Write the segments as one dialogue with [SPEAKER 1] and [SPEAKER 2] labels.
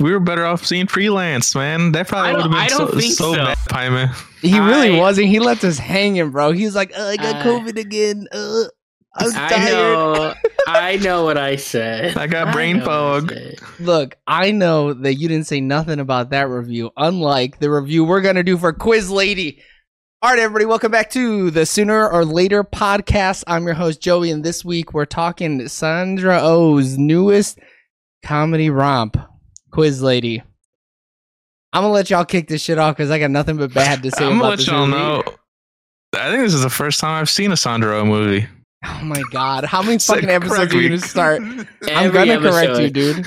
[SPEAKER 1] we were better off seeing freelance, man. That
[SPEAKER 2] I
[SPEAKER 1] probably would
[SPEAKER 2] don't-
[SPEAKER 1] have been
[SPEAKER 2] I don't
[SPEAKER 1] so,
[SPEAKER 2] think
[SPEAKER 1] so,
[SPEAKER 2] so.
[SPEAKER 1] bad, Pyman.
[SPEAKER 3] He really
[SPEAKER 2] I-
[SPEAKER 3] wasn't. He left us hanging, bro. He was like, oh, I got
[SPEAKER 2] I-
[SPEAKER 3] COVID again. Uh, I'm
[SPEAKER 2] I
[SPEAKER 3] tired.
[SPEAKER 2] know. I know what I said.
[SPEAKER 1] I got brain
[SPEAKER 2] know what I
[SPEAKER 1] fog.
[SPEAKER 2] said.
[SPEAKER 3] Look, I know that you didn't say nothing about that review, unlike the review we're going to do for Quiz Lady. All right, everybody, welcome back to the Sooner or Later podcast. I'm your host, Joey, and this week we're talking Sandra O's newest comedy romp, Quiz Lady. I'm going to let y'all kick this shit off because I got nothing but bad to say
[SPEAKER 1] I'm gonna
[SPEAKER 3] about
[SPEAKER 1] let
[SPEAKER 3] this
[SPEAKER 1] y'all
[SPEAKER 3] movie.
[SPEAKER 1] know. I think this is the first time I've seen a Sandro movie.
[SPEAKER 3] Oh my God. How many
[SPEAKER 1] Said
[SPEAKER 3] fucking episodes are you going
[SPEAKER 1] correctly.
[SPEAKER 3] to start? I'm
[SPEAKER 2] Every
[SPEAKER 3] going to correct
[SPEAKER 2] episode.
[SPEAKER 3] you, dude.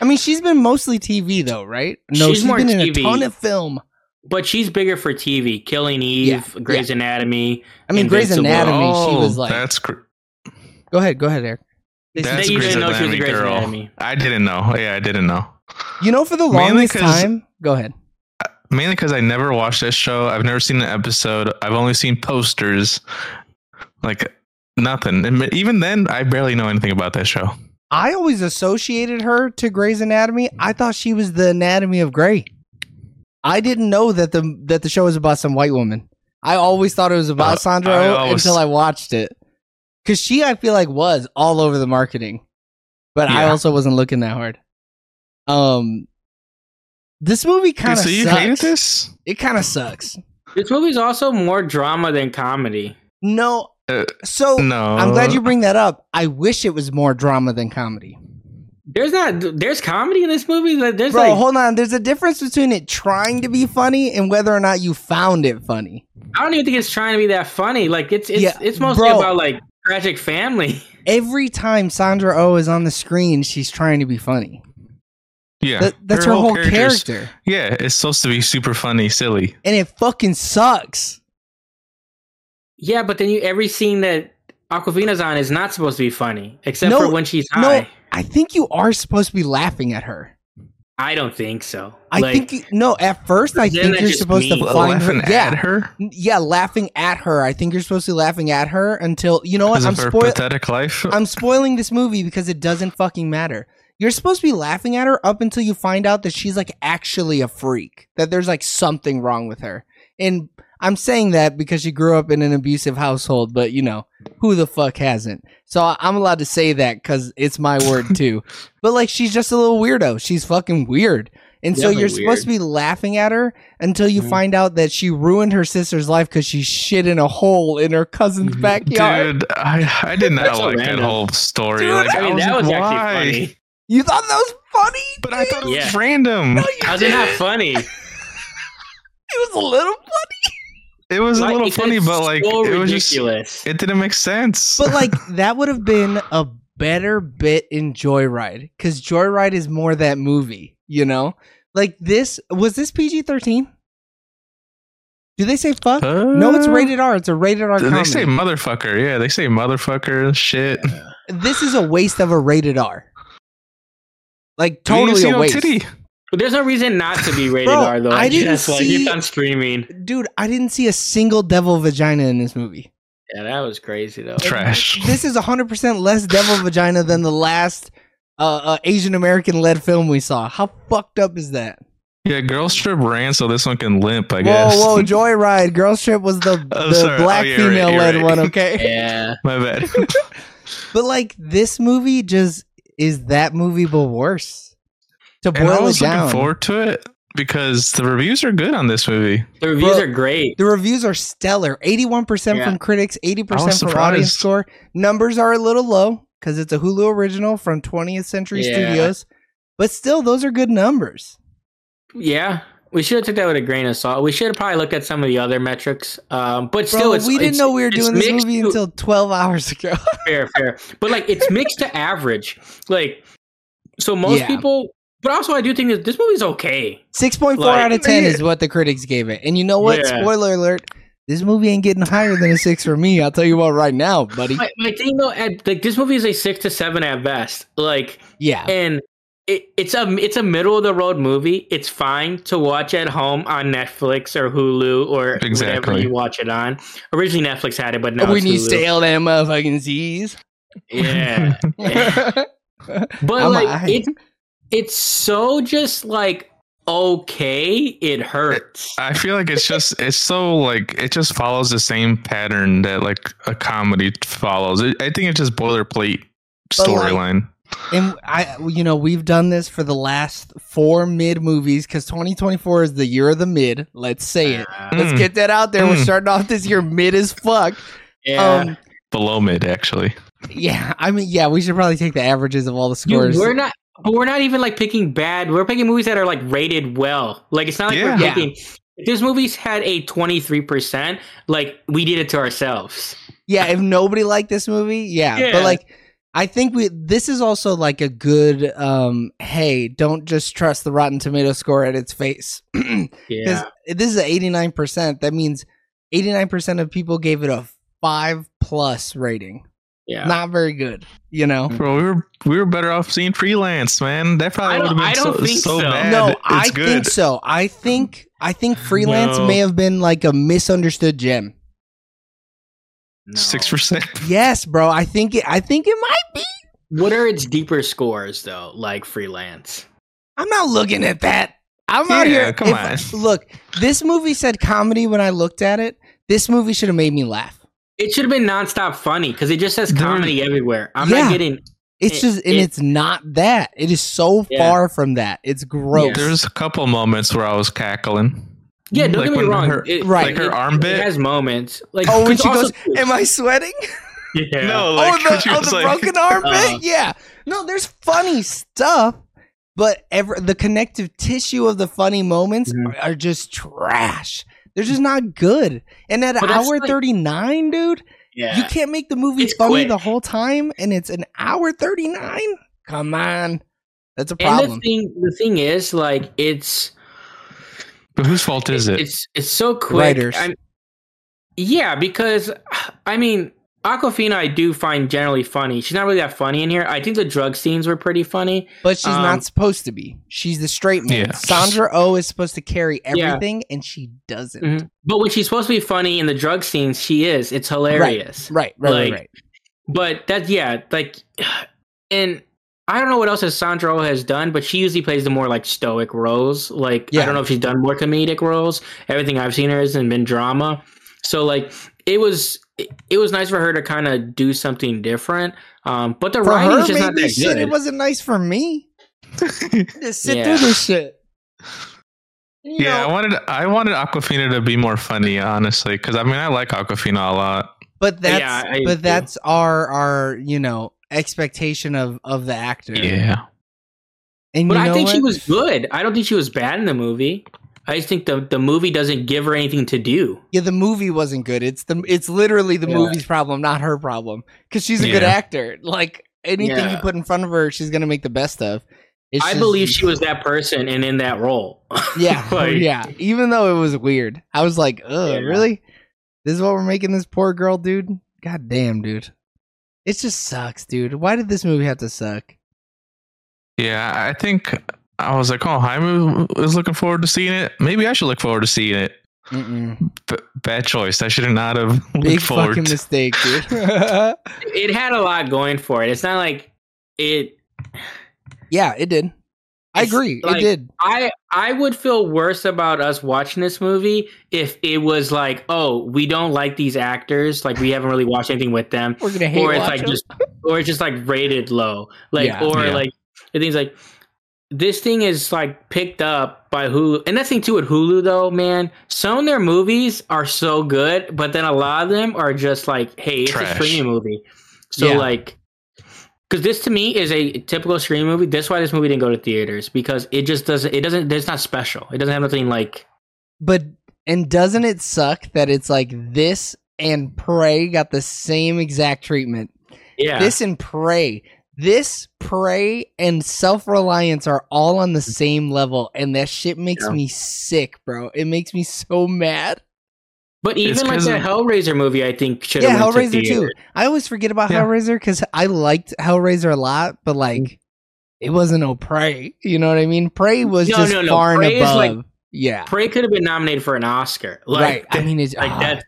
[SPEAKER 3] I mean, she's been mostly TV though, right? No,
[SPEAKER 2] She's
[SPEAKER 3] she's
[SPEAKER 2] more
[SPEAKER 3] been in a
[SPEAKER 2] TV.
[SPEAKER 3] ton of film.
[SPEAKER 2] But she's bigger for TV. Killing Eve,
[SPEAKER 3] Yeah,
[SPEAKER 2] Grey's Anatomy.
[SPEAKER 3] I mean, Grey's
[SPEAKER 2] Invincible.
[SPEAKER 3] Anatomy. she
[SPEAKER 1] Oh,
[SPEAKER 3] was like,
[SPEAKER 1] that's cr-
[SPEAKER 3] "Go ahead, go ahead, Eric." They said-
[SPEAKER 1] that's
[SPEAKER 2] you
[SPEAKER 1] Grey's
[SPEAKER 2] didn't know she was a
[SPEAKER 1] Anatomy
[SPEAKER 2] Grey's
[SPEAKER 1] girl.
[SPEAKER 2] Anatomy.
[SPEAKER 1] I didn't know. Yeah, I didn't know.
[SPEAKER 3] you know, for the
[SPEAKER 1] Mainly
[SPEAKER 3] longest
[SPEAKER 1] 'cause-
[SPEAKER 3] time. Go ahead.
[SPEAKER 1] Mainly because I never watched this show. I've never seen an episode. I've only seen posters. Like nothing. And even then, I barely know anything about that show.
[SPEAKER 3] I always associated her to Grey's Anatomy. I thought she was the Anatomy of Grey. I didn't know that the that the show was about some white woman. I always thought it was about
[SPEAKER 1] Uh,
[SPEAKER 3] Sandra
[SPEAKER 1] I
[SPEAKER 3] Oh
[SPEAKER 1] always-
[SPEAKER 3] until I watched it, because she, I feel like, was all over the marketing, but I
[SPEAKER 1] Yeah.
[SPEAKER 3] also wasn't looking that hard. Um, this movie kind
[SPEAKER 1] Wait, so
[SPEAKER 3] of
[SPEAKER 1] you hated this?
[SPEAKER 3] It kind of sucks.
[SPEAKER 2] This movie's also more drama than comedy.
[SPEAKER 3] No,
[SPEAKER 1] Uh,
[SPEAKER 3] so
[SPEAKER 1] No.
[SPEAKER 3] I'm glad you bring that up. I wish it was more drama than comedy.
[SPEAKER 2] There's not. There's comedy in this movie. Like, There's
[SPEAKER 3] Bro,
[SPEAKER 2] like.
[SPEAKER 3] hold on. There's a difference between it trying to be funny and whether or not you found it funny.
[SPEAKER 2] I don't even think it's trying to be that funny. Like it's it's
[SPEAKER 3] Yeah,
[SPEAKER 2] it's mostly
[SPEAKER 3] bro.
[SPEAKER 2] about like tragic family.
[SPEAKER 3] Every time Sandra O oh is on the screen, she's trying to be funny.
[SPEAKER 1] Yeah,
[SPEAKER 3] That, that's her, whole,
[SPEAKER 1] character's-
[SPEAKER 3] character.
[SPEAKER 1] Yeah, it's supposed to be super funny, silly.
[SPEAKER 3] And it fucking sucks.
[SPEAKER 2] Yeah, but then you every scene that Aquafina's on is not supposed to be funny, except
[SPEAKER 3] No,
[SPEAKER 2] for when she's
[SPEAKER 3] no.
[SPEAKER 2] high.
[SPEAKER 3] I think you are supposed to be laughing at her.
[SPEAKER 2] I don't think so.
[SPEAKER 3] I
[SPEAKER 2] Like,
[SPEAKER 3] think you, no, at first I
[SPEAKER 2] Then
[SPEAKER 3] think
[SPEAKER 2] that
[SPEAKER 3] you're
[SPEAKER 2] just
[SPEAKER 3] supposed to
[SPEAKER 2] means-
[SPEAKER 3] find her.
[SPEAKER 1] Laughing at
[SPEAKER 3] Yeah.
[SPEAKER 1] her
[SPEAKER 3] Yeah, laughing at her. I think you're supposed to be laughing at her until you know what?
[SPEAKER 1] because
[SPEAKER 3] I'm
[SPEAKER 1] of her
[SPEAKER 3] spoiling
[SPEAKER 1] pathetic life.
[SPEAKER 3] I'm spoiling this movie because it doesn't fucking matter. You're supposed to be laughing at her up until you find out that she's like actually a freak, that there's like something wrong with her. And I'm saying that because she grew up in an abusive household, but you know, who the fuck hasn't? So I- I'm allowed to say that because it's my word too. but like, she's just a little weirdo. She's fucking weird. And so
[SPEAKER 2] Definitely
[SPEAKER 3] you're supposed to be laughing at her until you
[SPEAKER 2] Mhm.
[SPEAKER 3] find out that she ruined her sister's life because she shit in a hole in her cousin's backyard.
[SPEAKER 1] Dude, I, I did not
[SPEAKER 2] That's so
[SPEAKER 1] like that
[SPEAKER 2] random.
[SPEAKER 1] whole story.
[SPEAKER 3] Dude,
[SPEAKER 1] like,
[SPEAKER 2] I mean,
[SPEAKER 1] was
[SPEAKER 2] that
[SPEAKER 1] like,
[SPEAKER 2] was
[SPEAKER 1] why?
[SPEAKER 2] actually funny.
[SPEAKER 3] You thought that was funny?
[SPEAKER 1] But I thought it was
[SPEAKER 2] Yeah.
[SPEAKER 1] random.
[SPEAKER 2] How's it not funny?
[SPEAKER 3] It was a little funny.
[SPEAKER 1] It was a
[SPEAKER 2] Like,
[SPEAKER 1] little
[SPEAKER 2] it's
[SPEAKER 1] funny, but like
[SPEAKER 2] so
[SPEAKER 1] it was just
[SPEAKER 2] ridiculous.
[SPEAKER 1] it didn't make sense.
[SPEAKER 3] But like that would have been a better bit in Joyride cuz Joyride is more that movie, you know? Like this was this PG-13? Do they say fuck? no, it's
[SPEAKER 1] Uh,
[SPEAKER 3] rated R. It's a rated R
[SPEAKER 1] They
[SPEAKER 3] comedy.
[SPEAKER 1] say motherfucker. Yeah, they say motherfucker. and Shit.
[SPEAKER 3] this is a waste of a rated R. Like
[SPEAKER 1] We didn't even
[SPEAKER 3] totally
[SPEAKER 1] see
[SPEAKER 3] a
[SPEAKER 1] no
[SPEAKER 3] waste.
[SPEAKER 1] titty.
[SPEAKER 2] But there's no reason not to be rated
[SPEAKER 3] Bro,
[SPEAKER 2] R though.
[SPEAKER 3] I didn't
[SPEAKER 2] Just, like,
[SPEAKER 3] see-
[SPEAKER 2] it's on streaming.
[SPEAKER 3] Dude, I didn't see a single devil vagina in this movie.
[SPEAKER 2] Yeah, that was crazy though.
[SPEAKER 1] Trash.
[SPEAKER 3] this is 100% less devil vagina than the last uh, uh, Asian American led film we saw. How fucked up is that?
[SPEAKER 1] Yeah, girl strip ran so this one can limp. I
[SPEAKER 3] whoa,
[SPEAKER 1] guess.
[SPEAKER 3] whoa, Joyride. Girl Strip was the,
[SPEAKER 1] Oh,
[SPEAKER 3] the
[SPEAKER 1] sorry. Oh,
[SPEAKER 3] black
[SPEAKER 1] yeah, you're right,
[SPEAKER 3] female
[SPEAKER 1] you're
[SPEAKER 3] led
[SPEAKER 1] right.
[SPEAKER 3] one, okay?
[SPEAKER 2] Yeah.
[SPEAKER 1] My bad.
[SPEAKER 3] but like this movie just is that movie, but worse. To
[SPEAKER 1] and I
[SPEAKER 3] boil it
[SPEAKER 1] was looking
[SPEAKER 3] down,
[SPEAKER 1] forward to it because the reviews are good on this movie.
[SPEAKER 2] The reviews
[SPEAKER 3] Bro,
[SPEAKER 2] are great.
[SPEAKER 3] the reviews are stellar 81%
[SPEAKER 2] Yeah.
[SPEAKER 3] from critics,
[SPEAKER 1] I
[SPEAKER 3] 80%
[SPEAKER 1] was
[SPEAKER 3] from
[SPEAKER 1] surprised.
[SPEAKER 3] audience score. Numbers are a little low because it's a Hulu original from 20th Century
[SPEAKER 2] Yeah.
[SPEAKER 3] Studios, but still, those are good numbers.
[SPEAKER 2] Yeah. We should have took that with a grain of salt. We should have probably looked at some of the other metrics. Um, but
[SPEAKER 3] Bro,
[SPEAKER 2] still, it's,
[SPEAKER 3] we didn't
[SPEAKER 2] it's-
[SPEAKER 3] know we were
[SPEAKER 2] it's
[SPEAKER 3] doing this
[SPEAKER 2] mixed
[SPEAKER 3] movie
[SPEAKER 2] to-
[SPEAKER 3] until 12 hours ago.
[SPEAKER 2] fair, fair. But like, it's mixed to average. Like, so most
[SPEAKER 3] Yeah.
[SPEAKER 2] people. But also, I do think that this movie's okay.
[SPEAKER 3] 6.4
[SPEAKER 2] Like-
[SPEAKER 3] out of 10 is what the critics gave it. And you know what?
[SPEAKER 2] Yeah.
[SPEAKER 3] Spoiler alert. This movie ain't getting higher than a 6 for me. I'll tell you what right now, buddy.
[SPEAKER 2] My, my thing though, at, like this movie is a six to seven at best. Like,
[SPEAKER 3] Yeah.
[SPEAKER 2] and it, it's a it's a middle of the road movie. It's fine to watch at home on Netflix or Hulu or whatever
[SPEAKER 1] Exactly.
[SPEAKER 2] you watch it on. Originally, Netflix had it, but now
[SPEAKER 3] we
[SPEAKER 2] it's
[SPEAKER 3] need
[SPEAKER 2] Hulu.
[SPEAKER 3] stale that motherfucking Z's.
[SPEAKER 2] Yeah, Yeah.
[SPEAKER 3] but
[SPEAKER 2] but
[SPEAKER 3] I'm
[SPEAKER 2] like
[SPEAKER 3] aight.
[SPEAKER 2] it's it's so just like okay, it hurts.
[SPEAKER 1] I feel like it's just it's so like it just follows the same pattern that like a comedy follows. It, I think it's just boilerplate
[SPEAKER 3] But, like,
[SPEAKER 1] storyline.
[SPEAKER 3] And I, you know, we've done this for the last four mid movies because 2024 is the year of the mid. Let's say it.
[SPEAKER 2] Uh,
[SPEAKER 3] Let's
[SPEAKER 1] Mm,
[SPEAKER 3] get that out there. We're
[SPEAKER 1] Mm.
[SPEAKER 3] starting off this year mid as fuck.
[SPEAKER 2] yeah.
[SPEAKER 3] Um,
[SPEAKER 1] below mid actually.
[SPEAKER 3] yeah, I mean, yeah, we should probably take the averages of all the
[SPEAKER 2] Dude,
[SPEAKER 3] scores.
[SPEAKER 2] we're not. But we're not even like picking bad. We're picking movies that are like rated well. Like it's not like
[SPEAKER 1] Yeah.
[SPEAKER 2] we're
[SPEAKER 3] Yeah.
[SPEAKER 2] picking. If this movie's had a twenty three percent, like we did it to ourselves.
[SPEAKER 3] yeah, if nobody liked this movie, yeah.
[SPEAKER 2] Yeah.
[SPEAKER 3] But like, I think we this is also like a good. um Hey, don't just trust the Rotten Tomato score at its face. Because
[SPEAKER 2] Yeah,
[SPEAKER 3] this is eighty nine percent. That means eighty nine percent of people gave it a five plus rating.
[SPEAKER 2] yeah.
[SPEAKER 3] Not very good, you know.
[SPEAKER 1] Bro, we were we were better off seeing freelance, man. That
[SPEAKER 2] I
[SPEAKER 1] probably would
[SPEAKER 2] don't-
[SPEAKER 1] have been
[SPEAKER 2] I don't
[SPEAKER 1] so,
[SPEAKER 2] think
[SPEAKER 1] so
[SPEAKER 2] so.
[SPEAKER 1] bad.
[SPEAKER 3] No,
[SPEAKER 1] it's
[SPEAKER 3] I
[SPEAKER 1] good.
[SPEAKER 3] think so. I think I think freelance
[SPEAKER 1] No.
[SPEAKER 3] may have been like a misunderstood gem.
[SPEAKER 2] No.
[SPEAKER 1] Six percent.
[SPEAKER 3] Yes, bro. I think it. I think it might be.
[SPEAKER 2] What are its deeper scores though? Like freelance.
[SPEAKER 3] I'm not looking at that. I'm out
[SPEAKER 1] Yeah,
[SPEAKER 3] here.
[SPEAKER 1] come on.
[SPEAKER 3] Look, this movie said comedy when I looked at it. This movie should have made me laugh.
[SPEAKER 2] It should have been nonstop funny because it just says
[SPEAKER 1] Dude.
[SPEAKER 2] comedy everywhere. I'm
[SPEAKER 3] Yeah.
[SPEAKER 2] not getting.
[SPEAKER 3] It's
[SPEAKER 2] It-
[SPEAKER 3] just, and
[SPEAKER 2] it-
[SPEAKER 3] it's not that. It is so
[SPEAKER 2] Yeah.
[SPEAKER 3] far from that. It's gross.
[SPEAKER 1] There was a couple moments where I was cackling.
[SPEAKER 2] Yeah, don't
[SPEAKER 1] Like
[SPEAKER 2] get me
[SPEAKER 1] when
[SPEAKER 2] wrong.
[SPEAKER 1] her-
[SPEAKER 2] it,
[SPEAKER 3] right.
[SPEAKER 1] like her
[SPEAKER 2] it-
[SPEAKER 1] arm bit.
[SPEAKER 2] It has moments. Like
[SPEAKER 3] Oh, when
[SPEAKER 2] it's
[SPEAKER 3] she
[SPEAKER 2] also-
[SPEAKER 3] goes, "Am I sweating?"
[SPEAKER 2] Yeah.
[SPEAKER 1] No, like
[SPEAKER 3] oh,
[SPEAKER 1] when
[SPEAKER 3] the,
[SPEAKER 1] she
[SPEAKER 3] oh,
[SPEAKER 1] was
[SPEAKER 3] the
[SPEAKER 1] like-
[SPEAKER 3] broken arm bit?
[SPEAKER 2] Uh-huh.
[SPEAKER 3] yeah. No, there's funny stuff, but ever the connective tissue of the funny moments
[SPEAKER 2] Mhm.
[SPEAKER 3] are, are just trash. They're just not good. And at
[SPEAKER 2] But that's
[SPEAKER 3] hour
[SPEAKER 2] like-
[SPEAKER 3] 39, dude,
[SPEAKER 2] yeah.
[SPEAKER 3] you can't make the movie
[SPEAKER 2] It's
[SPEAKER 3] funny
[SPEAKER 2] quick.
[SPEAKER 3] the whole time and it's an hour 39? Come on. That's a
[SPEAKER 2] and the
[SPEAKER 3] problem.
[SPEAKER 2] thing, the thing is, like it's
[SPEAKER 1] But whose fault is it?
[SPEAKER 2] It's it's so quick.
[SPEAKER 3] Writers.
[SPEAKER 2] I'm- yeah, because I mean, Aquafina, I do find generally funny. She's not really that funny in here. I think the drug scenes were pretty funny.
[SPEAKER 3] but she's
[SPEAKER 2] um,
[SPEAKER 3] not supposed to be. She's the straight man.
[SPEAKER 1] Yeah.
[SPEAKER 3] Sandra oh is supposed to carry
[SPEAKER 2] Yeah.
[SPEAKER 3] everything and she doesn't.
[SPEAKER 2] Mhm. But when she's supposed to be funny in the drug scenes, she is. It's hilarious.
[SPEAKER 3] Right, right, right,
[SPEAKER 2] Like,
[SPEAKER 3] right.
[SPEAKER 2] But that's yeah, like, and I don't know what else Sandra Oh has done, but she usually plays the more like stoic roles. Like
[SPEAKER 3] Yeah.
[SPEAKER 2] I don't know if she's done more comedic roles. Everything I've seen her hasn't been drama. So like it was, it, it was nice for her to kind of do something different. Um, but the
[SPEAKER 3] for
[SPEAKER 2] writing
[SPEAKER 3] her,
[SPEAKER 2] is just not
[SPEAKER 3] maybe
[SPEAKER 2] that
[SPEAKER 3] shit, it
[SPEAKER 2] good.
[SPEAKER 3] wasn't nice for me. to sit
[SPEAKER 2] Yeah.
[SPEAKER 3] through this shit. You
[SPEAKER 1] yeah,
[SPEAKER 3] know,
[SPEAKER 1] I wanted I wanted Aquafina to be more funny, honestly, because I mean I like Aquafina a lot.
[SPEAKER 3] but that's
[SPEAKER 2] Yeah, I
[SPEAKER 3] but
[SPEAKER 2] do.
[SPEAKER 3] that's our our you know expectation of of the actor.
[SPEAKER 1] Yeah,
[SPEAKER 3] and
[SPEAKER 2] But
[SPEAKER 3] you
[SPEAKER 2] I
[SPEAKER 3] know
[SPEAKER 2] think she
[SPEAKER 3] what?
[SPEAKER 2] was good. I don't think she was bad in the movie. I just think the the movie doesn't give her anything to do.
[SPEAKER 3] Yeah, the movie wasn't good. It's the it's literally the
[SPEAKER 2] Yeah.
[SPEAKER 3] movie's problem, not her problem, because she's a good
[SPEAKER 1] Yeah.
[SPEAKER 3] actor. Like anything you
[SPEAKER 2] Yeah.
[SPEAKER 3] put in front of her, she's gonna make the best of. It's
[SPEAKER 2] I
[SPEAKER 3] just-
[SPEAKER 2] believe she was that person and in that role.
[SPEAKER 3] Yeah,
[SPEAKER 2] like-
[SPEAKER 3] yeah. Even though it was weird, I was like, "Ugh,
[SPEAKER 2] Yeah.
[SPEAKER 3] really? This is what we're making this poor girl, dude? God damn, dude! It just sucks, dude. Why did this movie have to suck?
[SPEAKER 1] yeah. I think I was like, oh, Jaime is looking forward to seeing it. Maybe I should look forward to seeing it.
[SPEAKER 3] Mm-mm.
[SPEAKER 1] B- bad choice. I should have not have looked
[SPEAKER 3] Big
[SPEAKER 1] forward.
[SPEAKER 3] fucking
[SPEAKER 1] to-
[SPEAKER 3] mistake, dude.
[SPEAKER 2] It had a lot going for it. It's not like it
[SPEAKER 3] yeah, it did. I
[SPEAKER 2] It's
[SPEAKER 3] agree. it
[SPEAKER 2] like-
[SPEAKER 3] did.
[SPEAKER 2] I I would feel worse about us watching this movie if it was like, oh, we don't like these actors, like we haven't really watched anything with them,
[SPEAKER 3] We're gonna hate
[SPEAKER 2] or it's
[SPEAKER 3] watch
[SPEAKER 2] like
[SPEAKER 3] them.
[SPEAKER 2] just or it's just like rated low, like
[SPEAKER 3] Yeah.
[SPEAKER 2] or
[SPEAKER 1] Yeah.
[SPEAKER 2] like the things like this thing is like picked up by Hulu, and that's the thing too with Hulu though, man. Some of their movies are so good, but then a lot of them are just like, hey, it's
[SPEAKER 1] Trash.
[SPEAKER 2] a streaming movie, so
[SPEAKER 3] Yeah.
[SPEAKER 2] like. Because this to me is a typical streaming movie. That's why this movie didn't go to theaters because it just doesn't. It doesn't. It's not special. It doesn't have nothing like.
[SPEAKER 3] but and doesn't it suck that it's like this and Prey got the same exact treatment?
[SPEAKER 2] Yeah.
[SPEAKER 3] This and Prey. This, Prey, and Self Reliance are all on the same level, and that shit makes
[SPEAKER 2] Mm-hmm. Yeah.
[SPEAKER 3] me sick, bro. It makes me so mad.
[SPEAKER 2] but
[SPEAKER 1] It's
[SPEAKER 2] even like
[SPEAKER 1] 'cause
[SPEAKER 2] that Hellraiser movie, I think should have
[SPEAKER 3] yeah,
[SPEAKER 2] went to
[SPEAKER 3] Hellraiser too.
[SPEAKER 2] theaters.
[SPEAKER 3] I always forget about
[SPEAKER 1] Yeah.
[SPEAKER 3] Hellraiser because I liked Hellraiser a lot,
[SPEAKER 2] Mm-hmm.
[SPEAKER 3] but like it wasn't no Prey. You know what I mean? Prey was
[SPEAKER 2] No,
[SPEAKER 3] just
[SPEAKER 2] no, no.
[SPEAKER 3] far
[SPEAKER 2] Prey
[SPEAKER 3] and
[SPEAKER 2] is,
[SPEAKER 3] above.
[SPEAKER 2] like,
[SPEAKER 3] yeah,
[SPEAKER 2] Prey could have been nominated for an Oscar.
[SPEAKER 3] right.
[SPEAKER 2] Like,
[SPEAKER 3] I mean, it's
[SPEAKER 2] like
[SPEAKER 3] ah,
[SPEAKER 2] that.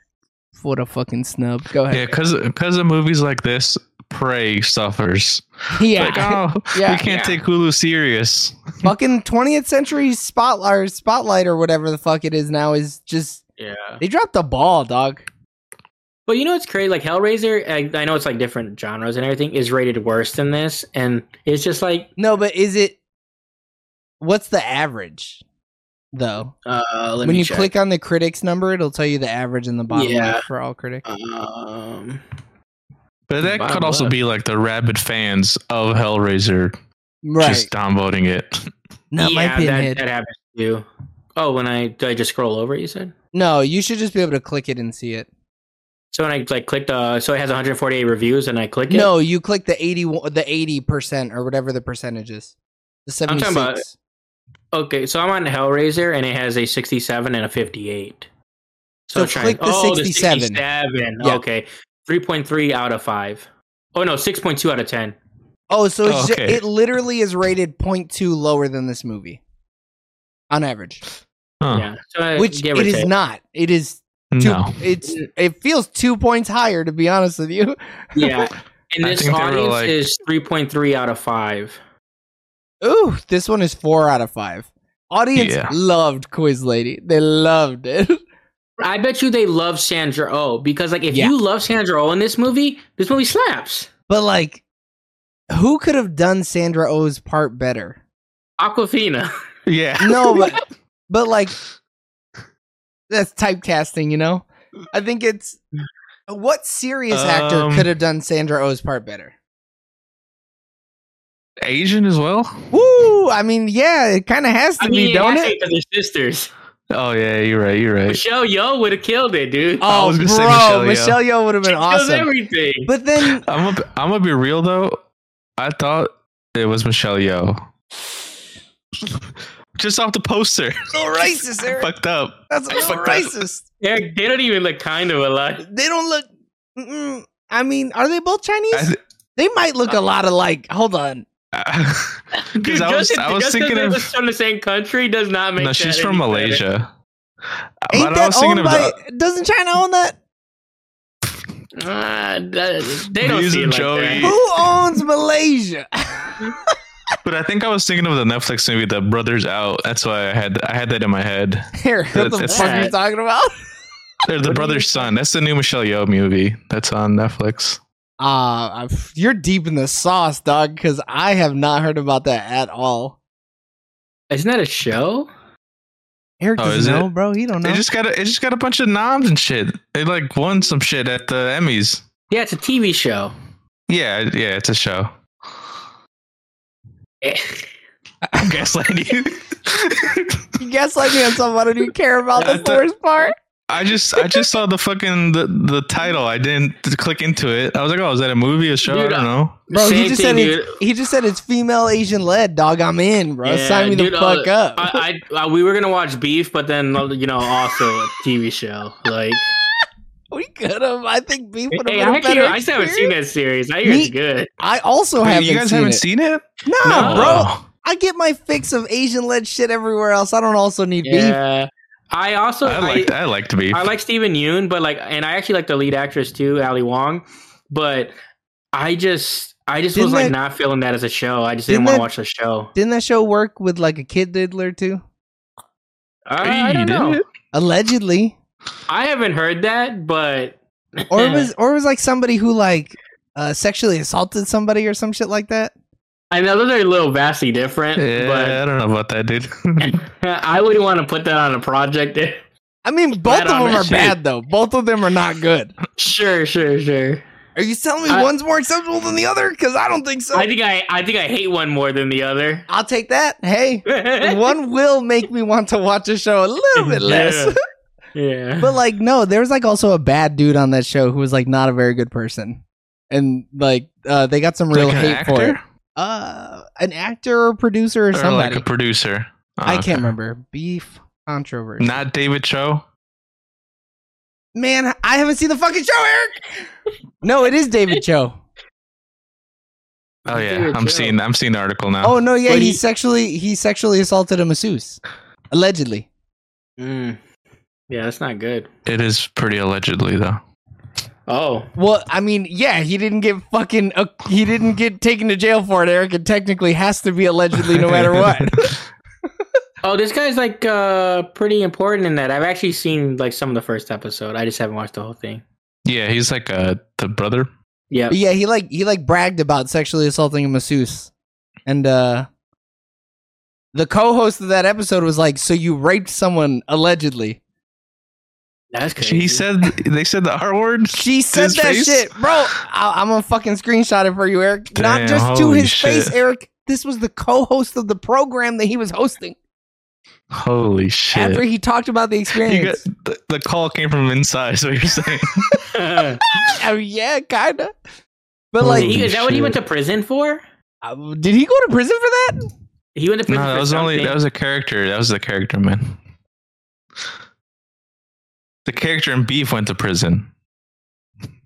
[SPEAKER 3] What a fucking snub. Go ahead.
[SPEAKER 1] yeah, because because of movies like this, Prey suffers.
[SPEAKER 3] Yeah.
[SPEAKER 1] Like, oh,
[SPEAKER 3] Yeah.
[SPEAKER 1] we can't
[SPEAKER 2] Yeah.
[SPEAKER 1] take Hulu serious.
[SPEAKER 3] ah, fucking 20th century spotlight or spotlight or whatever the fuck it is now is just
[SPEAKER 2] Yeah.
[SPEAKER 3] they dropped the ball, dog.
[SPEAKER 2] But you know what's crazy? Like Hellraiser, I, I know it's like different genres and everything is rated worse than this, and it's just like
[SPEAKER 3] No, but is it what's the average though?
[SPEAKER 2] uh, let
[SPEAKER 3] when
[SPEAKER 2] me
[SPEAKER 3] you
[SPEAKER 2] check.
[SPEAKER 3] click on the critics number, it'll tell you the average in the bottom
[SPEAKER 2] Yeah. Uh,
[SPEAKER 3] left for all critics.
[SPEAKER 2] Um,
[SPEAKER 1] But that
[SPEAKER 2] Bottom
[SPEAKER 1] could also
[SPEAKER 2] left.
[SPEAKER 1] be like the rabid fans of Hellraiser
[SPEAKER 3] Right.
[SPEAKER 1] just downvoting it.
[SPEAKER 3] no, it might
[SPEAKER 2] yeah,
[SPEAKER 3] be a
[SPEAKER 2] that,
[SPEAKER 3] hit.
[SPEAKER 2] that happens too. Oh, when I did I just scroll over? it, You said
[SPEAKER 3] No, you should just be able to click it and see it.
[SPEAKER 2] so. When I like clicked, uh, so it has 148 reviews, and I click it.
[SPEAKER 3] No, you click the 80 the 80% or whatever the percentage is. The
[SPEAKER 2] I'm
[SPEAKER 3] 76.
[SPEAKER 2] talking about- Okay, so I'm on Hellraiser, and it has a 67 and a 58.
[SPEAKER 3] So
[SPEAKER 2] it's
[SPEAKER 3] click the 67.
[SPEAKER 2] 67.
[SPEAKER 3] Yeah.
[SPEAKER 2] Okay, 3.3 out of five. Oh no, 6.2 out of 10.
[SPEAKER 3] Oh, so it's ju-
[SPEAKER 1] Okay.
[SPEAKER 3] it literally is rated 0.2 lower than this movie on average,
[SPEAKER 1] Huh.
[SPEAKER 2] Yeah, so I-
[SPEAKER 3] which
[SPEAKER 2] Uh, give
[SPEAKER 3] it
[SPEAKER 2] or
[SPEAKER 3] is
[SPEAKER 2] take.
[SPEAKER 3] not. It is two,
[SPEAKER 1] No.
[SPEAKER 3] it's it feels 2 points higher to be honest with you.
[SPEAKER 2] Yeah, and
[SPEAKER 1] I
[SPEAKER 2] this
[SPEAKER 1] think they were,
[SPEAKER 2] audience
[SPEAKER 1] like-
[SPEAKER 2] is 3.3 out of five.
[SPEAKER 3] Ooh, this one is 4 out of 5. Audience
[SPEAKER 1] Yeah.
[SPEAKER 3] loved Quiz Lady. They loved it.
[SPEAKER 2] I bet you they love Sandra Oh because like if
[SPEAKER 3] Yeah.
[SPEAKER 2] you love Sandra Oh in this movie, this movie slaps.
[SPEAKER 3] But like who could have done Sandra O's part better?
[SPEAKER 2] Aquafina.
[SPEAKER 1] Yeah.
[SPEAKER 3] No, but but like that's typecasting, you know? I think it's what serious actor
[SPEAKER 1] Um,
[SPEAKER 3] could have done Sandra O's part better?
[SPEAKER 1] Asian as well?
[SPEAKER 3] Woo! I mean, yeah, it kind of has to
[SPEAKER 2] I
[SPEAKER 3] be,
[SPEAKER 2] mean,
[SPEAKER 3] don't
[SPEAKER 2] don't
[SPEAKER 3] it?
[SPEAKER 2] Because they're sisters.
[SPEAKER 1] Oh, yeah, you're right. You're right.
[SPEAKER 2] Michelle Yeoh would have killed it, dude.
[SPEAKER 1] I
[SPEAKER 3] Oh,
[SPEAKER 1] was
[SPEAKER 3] bro,
[SPEAKER 1] gonna say
[SPEAKER 3] Michelle,
[SPEAKER 1] Michelle
[SPEAKER 3] Yeoh would have
[SPEAKER 2] she
[SPEAKER 3] been
[SPEAKER 2] kills
[SPEAKER 3] awesome.
[SPEAKER 2] everything.
[SPEAKER 3] But then,
[SPEAKER 1] I'm gonna I'm gonna be real though. I thought it was Michelle Yeoh. Just off the poster.
[SPEAKER 3] so racist,
[SPEAKER 1] I
[SPEAKER 3] Eric.
[SPEAKER 1] fucked up.
[SPEAKER 3] That's
[SPEAKER 1] I
[SPEAKER 3] so
[SPEAKER 1] fucked up.
[SPEAKER 3] racist.
[SPEAKER 2] Eric, they don't even look kind of alike.
[SPEAKER 3] They don't look. Mm-mm. I mean, are they both Chinese?
[SPEAKER 1] I th-
[SPEAKER 3] they might look a lot alike. Hold on.
[SPEAKER 1] Because I was, I was thinking
[SPEAKER 2] they
[SPEAKER 1] of
[SPEAKER 2] was from the same country does not make
[SPEAKER 1] no,
[SPEAKER 2] that
[SPEAKER 1] she's
[SPEAKER 2] any
[SPEAKER 1] from
[SPEAKER 2] better.
[SPEAKER 1] Malaysia.
[SPEAKER 3] Ain't
[SPEAKER 1] But I
[SPEAKER 3] that
[SPEAKER 1] was thinking
[SPEAKER 3] owned
[SPEAKER 1] of
[SPEAKER 3] by?
[SPEAKER 1] the
[SPEAKER 3] Doesn't China own that?
[SPEAKER 2] Ah, that- they don't
[SPEAKER 1] Views
[SPEAKER 2] see it
[SPEAKER 1] of
[SPEAKER 2] like
[SPEAKER 1] Joey.
[SPEAKER 2] that.
[SPEAKER 3] Who owns Malaysia?
[SPEAKER 1] but I think I was thinking of the Netflix movie The Brothers Out. That's why I had I had that in my head.
[SPEAKER 3] Eric, what the
[SPEAKER 1] That's-
[SPEAKER 3] fuck are you talking about?
[SPEAKER 1] They're the
[SPEAKER 2] What do you-
[SPEAKER 1] Brothers Son. That's the new Michelle Yeoh movie that's on Netflix.
[SPEAKER 3] Uh, I've- you're deep in the sauce, dog, because I have not heard about that at all.
[SPEAKER 2] Isn't that a show?
[SPEAKER 3] Eric
[SPEAKER 1] Oh, is
[SPEAKER 3] doesn't know,
[SPEAKER 1] it?
[SPEAKER 3] bro. He don't know.
[SPEAKER 1] It just got a, it just got a bunch of noms and shit. They like won some shit at the Emmys.
[SPEAKER 2] Yeah, it's a TV show.
[SPEAKER 1] Yeah, yeah, it's a show.
[SPEAKER 2] Eh.
[SPEAKER 1] I'm gaslighting you.
[SPEAKER 3] You gaslight me on someone I don't even care about.
[SPEAKER 1] Yeah, I
[SPEAKER 3] That's the
[SPEAKER 1] thought-
[SPEAKER 3] worst part.
[SPEAKER 1] I just I just saw the fucking the, the title. I didn't click into it. I was like, oh, is that a movie, a show?
[SPEAKER 2] Dude,
[SPEAKER 1] I
[SPEAKER 2] I-
[SPEAKER 1] don't know.
[SPEAKER 3] Bro,
[SPEAKER 2] Same
[SPEAKER 3] he just
[SPEAKER 2] thing,
[SPEAKER 3] said
[SPEAKER 2] dude.
[SPEAKER 3] it's, he just said it's female Asian led, dog. I'm in, bro.
[SPEAKER 2] Yeah,
[SPEAKER 3] Sign me
[SPEAKER 2] dude,
[SPEAKER 3] the
[SPEAKER 2] uh,
[SPEAKER 3] fuck up.
[SPEAKER 2] I, I, I we were gonna watch Beef, but then you know also a TV show. Like,
[SPEAKER 3] we could have. I think beef would have
[SPEAKER 2] hey,
[SPEAKER 3] been a
[SPEAKER 2] I, actually,
[SPEAKER 3] better.
[SPEAKER 2] I just haven't seen that series. I hear
[SPEAKER 3] Me-
[SPEAKER 2] it's good.
[SPEAKER 3] I also
[SPEAKER 1] Wait,
[SPEAKER 3] haven't.
[SPEAKER 1] you guys
[SPEAKER 3] seen
[SPEAKER 1] haven't
[SPEAKER 3] it.
[SPEAKER 1] seen it? Oh,
[SPEAKER 3] Nah,
[SPEAKER 2] No.
[SPEAKER 3] bro. I get my fix of Asian led shit everywhere else. I don't also need beef.
[SPEAKER 2] Yeah, I also
[SPEAKER 1] I like I like to be.
[SPEAKER 2] I like Steven Yeun, but like, and I actually like the lead actress too, Ali Wong. But I just, I just
[SPEAKER 3] Didn't
[SPEAKER 2] was like
[SPEAKER 3] that-
[SPEAKER 2] not feeling that as a show. I just didn't,
[SPEAKER 3] Didn't
[SPEAKER 2] want
[SPEAKER 3] that-
[SPEAKER 2] to watch the show.
[SPEAKER 3] Didn't that show work with like a kid diddler too?
[SPEAKER 2] I, I
[SPEAKER 1] Hey,
[SPEAKER 2] don't
[SPEAKER 1] did
[SPEAKER 2] know.
[SPEAKER 1] it?
[SPEAKER 3] Allegedly,
[SPEAKER 2] I haven't heard that, but
[SPEAKER 3] or it was or it was like somebody who like uh, sexually assaulted somebody or some shit like that.
[SPEAKER 2] I know those are a little vastly different.
[SPEAKER 1] Yeah, I don't know about that, dude.
[SPEAKER 2] But I wouldn't want to put that on a project.
[SPEAKER 3] I mean, both of
[SPEAKER 2] on
[SPEAKER 3] them
[SPEAKER 2] that
[SPEAKER 3] are
[SPEAKER 2] shit.
[SPEAKER 3] bad though. Both of them are not good.
[SPEAKER 2] sure, sure, sure.
[SPEAKER 3] Are you telling me
[SPEAKER 2] I-
[SPEAKER 3] one's more acceptable than the other? Because I don't think so.
[SPEAKER 2] I think I, I think I hate one more than the other.
[SPEAKER 3] I'll take that. Hey, one will make me want to watch a show a little bit less.
[SPEAKER 2] Yeah. yeah.
[SPEAKER 3] But like, no, there was like also a bad dude on that show who was like not a very good person, and like uh, they got some real
[SPEAKER 1] like an
[SPEAKER 3] hate for it.
[SPEAKER 1] actor
[SPEAKER 3] Uh, an actor or producer or,
[SPEAKER 1] or
[SPEAKER 3] somebody.
[SPEAKER 1] like a producer. Oh,
[SPEAKER 3] I
[SPEAKER 1] okay.
[SPEAKER 3] can't remember. Beef controversy.
[SPEAKER 1] Not David Cho. Oh,
[SPEAKER 3] Man, I haven't seen the fucking show, Eric. no, it is David Cho.
[SPEAKER 1] Oh yeah,
[SPEAKER 2] David
[SPEAKER 1] I'm
[SPEAKER 2] Cho.
[SPEAKER 1] seeing I'm seeing the article now.
[SPEAKER 3] Oh no, yeah,
[SPEAKER 2] But
[SPEAKER 3] he,
[SPEAKER 2] he-
[SPEAKER 3] sexually he sexually assaulted a masseuse, allegedly.
[SPEAKER 2] Mm. Yeah, that's not good.
[SPEAKER 1] It is pretty allegedly though.
[SPEAKER 2] Oh,
[SPEAKER 3] Well, I mean, yeah, he didn't get fucking. Uh, he didn't get taken to jail for it, Eric. It technically has to be allegedly, no matter what.
[SPEAKER 2] oh, this guy's like uh pretty important in that. I've actually seen like some of the first episode. I just haven't watched the whole thing.
[SPEAKER 1] yeah, he's like uh the brother.
[SPEAKER 2] Yeah.
[SPEAKER 3] But yeah, he like he like bragged about sexually assaulting a masseuse, and uh, the co-host of that episode was like, "So you raped someone allegedly?"
[SPEAKER 2] That's crazy.
[SPEAKER 1] He said they said the R word.
[SPEAKER 3] She said
[SPEAKER 1] his
[SPEAKER 3] that
[SPEAKER 1] face?
[SPEAKER 3] shit, bro. I- I'm gonna fucking screenshot it for you, Eric. Not
[SPEAKER 1] Damn,
[SPEAKER 3] just to
[SPEAKER 1] holy
[SPEAKER 3] his face,
[SPEAKER 1] shit.
[SPEAKER 3] Eric. This was the co-host of the program that he was hosting
[SPEAKER 1] Holy shit!
[SPEAKER 3] after he talked about the
[SPEAKER 1] You
[SPEAKER 3] experience.
[SPEAKER 1] got, the, the call came from inside. So you're saying
[SPEAKER 3] Oh yeah, kinda. But
[SPEAKER 1] Holy
[SPEAKER 3] like,
[SPEAKER 2] Did he- is that what he
[SPEAKER 1] shit.
[SPEAKER 2] went to prison for?
[SPEAKER 3] uh, did he go to prison for that?
[SPEAKER 2] He went to
[SPEAKER 1] no?
[SPEAKER 2] prison.
[SPEAKER 1] That
[SPEAKER 2] for
[SPEAKER 1] was only
[SPEAKER 2] something.
[SPEAKER 1] that was a character. That was the character man. The character in Beef went to prison.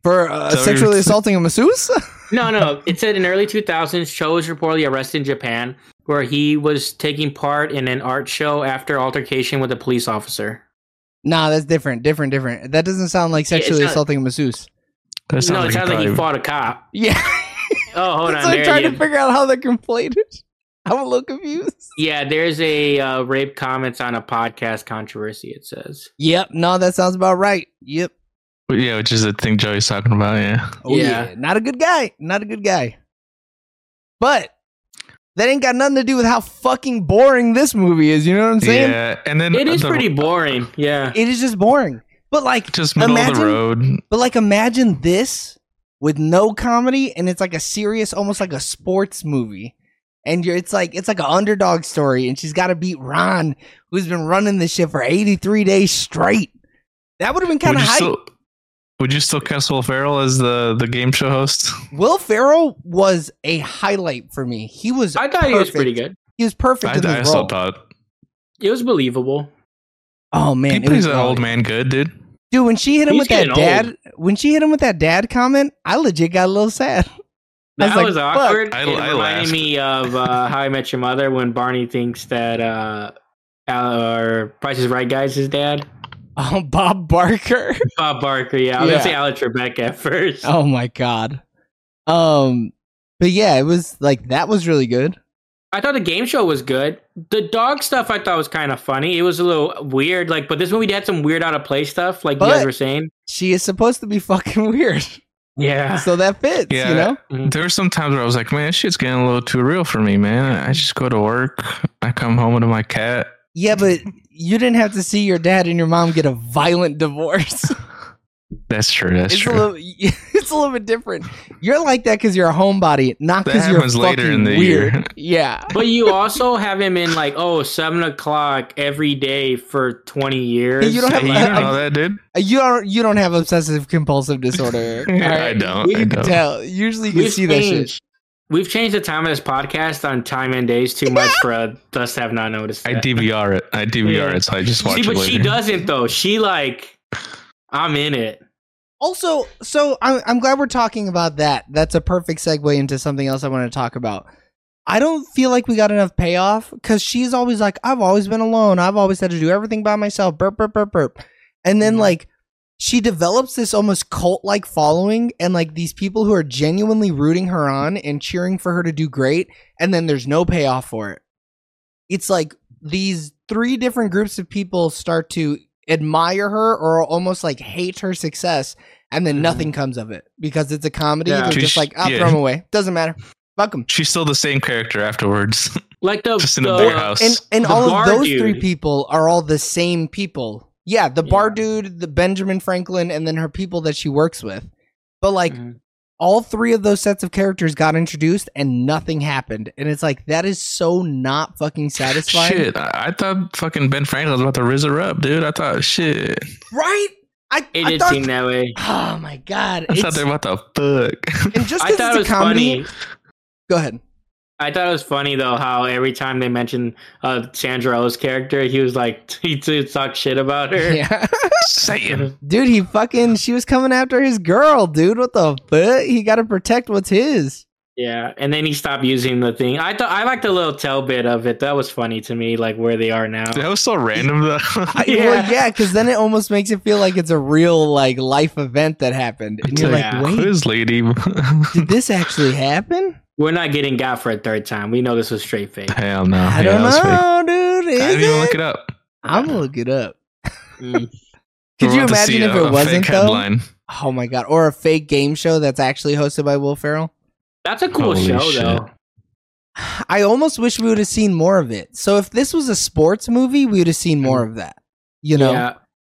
[SPEAKER 3] For uh,
[SPEAKER 1] So you're-
[SPEAKER 3] sexually assaulting a masseuse?
[SPEAKER 2] No, no. It said in early 2000s, Cho was reportedly arrested in Japan, where he was taking part in an art show after altercation with a police officer.
[SPEAKER 3] nah, that's different. Different. Different. That doesn't sound like sexually
[SPEAKER 2] not-
[SPEAKER 3] assaulting a masseuse.
[SPEAKER 1] That
[SPEAKER 2] no, it
[SPEAKER 1] he
[SPEAKER 2] sounds like he
[SPEAKER 1] probably-
[SPEAKER 2] fought a cop.
[SPEAKER 3] Yeah.
[SPEAKER 2] Oh, hold
[SPEAKER 3] that's
[SPEAKER 2] on.
[SPEAKER 3] what I'm
[SPEAKER 2] there
[SPEAKER 3] trying
[SPEAKER 2] you-
[SPEAKER 3] to figure out how they're conflated. I'm a little confused.
[SPEAKER 2] yeah, there's a uh, rape comments on a podcast controversy, it says.
[SPEAKER 3] Yep. No, that sounds about right. Yep.
[SPEAKER 1] Yeah, which is the thing Joey's talking about. Yeah.
[SPEAKER 3] Oh yeah.
[SPEAKER 2] Yeah.
[SPEAKER 3] Not a good guy. Not a good guy. But that ain't got nothing to do with how fucking boring this movie is. You know what I'm saying?
[SPEAKER 1] Yeah, and then
[SPEAKER 2] It is
[SPEAKER 1] the-
[SPEAKER 2] pretty boring. Yeah.
[SPEAKER 3] It is just boring. But like,
[SPEAKER 1] just middle of
[SPEAKER 3] Imagine-
[SPEAKER 1] the road.
[SPEAKER 3] But like, imagine this with no comedy, and it's like a serious, almost like a sports movie. And you're, it's like it's like an underdog story, and she's got to beat Ron, who's been running this shit for 83 days straight. That would have been kind
[SPEAKER 1] Would
[SPEAKER 3] of
[SPEAKER 1] you
[SPEAKER 3] hype.
[SPEAKER 1] still would you still cast Will Ferrell as the the game show host?
[SPEAKER 3] Will Ferrell was a highlight for me. He was
[SPEAKER 2] I thought he was
[SPEAKER 3] perfect.
[SPEAKER 2] pretty good.
[SPEAKER 3] he was perfect
[SPEAKER 1] I,
[SPEAKER 3] in
[SPEAKER 1] I
[SPEAKER 3] this
[SPEAKER 1] still
[SPEAKER 3] role.
[SPEAKER 1] thought
[SPEAKER 2] It was believable.
[SPEAKER 3] Oh man,
[SPEAKER 1] he
[SPEAKER 3] it was
[SPEAKER 1] plays that old
[SPEAKER 3] gnarly.
[SPEAKER 1] man good, dude.
[SPEAKER 3] Dude, when she hit him
[SPEAKER 2] He's
[SPEAKER 3] with that
[SPEAKER 2] getting
[SPEAKER 3] dad,
[SPEAKER 2] old.
[SPEAKER 3] when she hit him with that dad comment, I legit got a little sad. I was
[SPEAKER 2] That
[SPEAKER 3] like,
[SPEAKER 2] was
[SPEAKER 3] fuck.
[SPEAKER 2] awkward.
[SPEAKER 1] I-
[SPEAKER 2] it
[SPEAKER 1] I
[SPEAKER 2] reminded
[SPEAKER 1] laughed.
[SPEAKER 2] me of uh, How I Met Your Mother when Barney thinks that uh, our Price is Right guy's his dad.
[SPEAKER 3] Oh, Bob Barker.
[SPEAKER 2] Bob Barker, yeah. I was
[SPEAKER 3] Yeah.
[SPEAKER 2] gonna say Alex Trebek at first.
[SPEAKER 3] Oh my god. Um but yeah, it was like that was really good.
[SPEAKER 2] I thought the game show was good. The dog stuff I thought was kind of funny. It was a little weird, like, but this movie had some weird out of place stuff, like you
[SPEAKER 3] But-
[SPEAKER 2] guys were saying.
[SPEAKER 3] She is supposed to be fucking weird.
[SPEAKER 2] Yeah.
[SPEAKER 3] So that fits, you
[SPEAKER 1] Yeah.
[SPEAKER 3] know?
[SPEAKER 1] There were some times where I was like, man, this shit's getting a little too real for me, man. I just go to work, I come home to my cat.
[SPEAKER 3] Yeah, but you didn't have to see your dad and your mom get a violent divorce.
[SPEAKER 1] That's true. That's
[SPEAKER 3] it's
[SPEAKER 1] true.
[SPEAKER 3] a little it's a little bit different. You're like that cuz you're a homebody, not
[SPEAKER 1] That
[SPEAKER 3] cuz you're
[SPEAKER 1] happens
[SPEAKER 3] fucking
[SPEAKER 1] later in the
[SPEAKER 3] weird.
[SPEAKER 1] year.
[SPEAKER 3] Yeah.
[SPEAKER 2] But you also have him in like, oh, seven o'clock every day for twenty years.
[SPEAKER 3] You don't have-
[SPEAKER 1] Hey, you
[SPEAKER 3] I-
[SPEAKER 1] don't know that, dude.
[SPEAKER 3] You don't you don't have obsessive compulsive disorder. all
[SPEAKER 1] I
[SPEAKER 3] right?
[SPEAKER 1] don't.
[SPEAKER 3] We
[SPEAKER 1] I
[SPEAKER 3] can
[SPEAKER 1] don't.
[SPEAKER 3] tell. Usually you can
[SPEAKER 2] We've
[SPEAKER 3] see that shit.
[SPEAKER 2] changed- We've changed the time of this podcast on time and days too much for uh, us to have not noticed.
[SPEAKER 1] I
[SPEAKER 2] that.
[SPEAKER 1] DVR it. I DVR it, so I just watch
[SPEAKER 2] See,
[SPEAKER 1] it
[SPEAKER 2] but
[SPEAKER 1] later.
[SPEAKER 2] she doesn't though. She like, I'm in it.
[SPEAKER 3] also so I'm, I'm glad we're talking about that that's a perfect segue into something else i want to talk about i don't feel like we got enough payoff because she's always like i've always been alone i've always had to do everything by myself burp burp burp burp and
[SPEAKER 1] Mm-hmm.
[SPEAKER 3] then like she develops this almost cult like following and like these people who are genuinely rooting her on and cheering for her to do great and then there's no payoff for it it's like these three different groups of people start to admire her or almost like hate her success and then
[SPEAKER 2] Mhm.
[SPEAKER 3] nothing comes of it because it's a comedy
[SPEAKER 2] Yeah.
[SPEAKER 3] they're
[SPEAKER 1] She's-
[SPEAKER 3] just like i'll 'em
[SPEAKER 1] yeah.
[SPEAKER 3] throw them away doesn't matter fuck them
[SPEAKER 1] She's still the same character afterwards,
[SPEAKER 2] Like the
[SPEAKER 1] just in a
[SPEAKER 2] the-
[SPEAKER 1] beer house.
[SPEAKER 3] and and
[SPEAKER 2] The
[SPEAKER 3] all of
[SPEAKER 2] bar
[SPEAKER 3] those
[SPEAKER 2] dude.
[SPEAKER 3] three people are all the same people yeah the bar
[SPEAKER 2] Yeah.
[SPEAKER 3] dude the benjamin franklin and then her people that she works with but like
[SPEAKER 2] Mhm.
[SPEAKER 3] all three of those sets of characters got introduced and nothing happened and it's like that is so not fucking satisfying
[SPEAKER 1] Shit, I, I thought fucking Ben Franklin was about to rizz her up, dude. I thought shit.
[SPEAKER 3] right i,
[SPEAKER 2] It
[SPEAKER 3] I
[SPEAKER 2] did
[SPEAKER 3] thought
[SPEAKER 2] seem that way.
[SPEAKER 3] oh my god
[SPEAKER 1] I thought
[SPEAKER 3] it's-
[SPEAKER 1] they were about to fuck.
[SPEAKER 3] and just
[SPEAKER 2] I thought
[SPEAKER 3] because it's
[SPEAKER 2] it
[SPEAKER 3] a
[SPEAKER 2] was
[SPEAKER 3] comedy
[SPEAKER 2] funny.
[SPEAKER 3] go ahead
[SPEAKER 2] I thought it was funny though how every time they mentioned uh, Sandra O's character, he was like he t- talked shit about her.
[SPEAKER 3] yeah
[SPEAKER 1] Saying
[SPEAKER 3] Dude, he fucking she was coming after his girl, dude. What the fuck? He gotta protect what's his.
[SPEAKER 2] Yeah, and then he stopped using the thing. I thought I liked the little tell bit of it. That was funny to me, like where they are now.
[SPEAKER 1] That was so random though.
[SPEAKER 3] I,
[SPEAKER 2] Yeah.
[SPEAKER 3] Well, yeah, because then it almost makes it feel like it's a real like life event that happened, and
[SPEAKER 1] It's
[SPEAKER 3] you're
[SPEAKER 2] like,
[SPEAKER 3] like,
[SPEAKER 2] yeah.
[SPEAKER 3] wait,
[SPEAKER 1] Quiz lady.
[SPEAKER 3] did this actually happen?
[SPEAKER 2] We're not getting got for a third time. We know this was straight fake.
[SPEAKER 1] Hell no.
[SPEAKER 3] I
[SPEAKER 1] Yeah,
[SPEAKER 3] don't
[SPEAKER 1] that was fake.
[SPEAKER 3] know, dude. Is
[SPEAKER 1] I didn't even
[SPEAKER 3] it?
[SPEAKER 1] look it up.
[SPEAKER 3] I'm gonna look it up.
[SPEAKER 2] Mm.
[SPEAKER 3] Could
[SPEAKER 1] We're
[SPEAKER 3] you
[SPEAKER 1] about to
[SPEAKER 3] imagine
[SPEAKER 1] see
[SPEAKER 3] if
[SPEAKER 1] a- a
[SPEAKER 3] it
[SPEAKER 1] fake
[SPEAKER 3] wasn't though?
[SPEAKER 1] headline.
[SPEAKER 3] Oh my god! Or a fake game show that's actually hosted by Will Ferrell.
[SPEAKER 2] That's a cool
[SPEAKER 1] Holy
[SPEAKER 2] show
[SPEAKER 1] shit.
[SPEAKER 2] though.
[SPEAKER 3] I almost wish we would have seen more of it. So if this was a sports movie, we would have seen more of that. You know,
[SPEAKER 2] Yeah.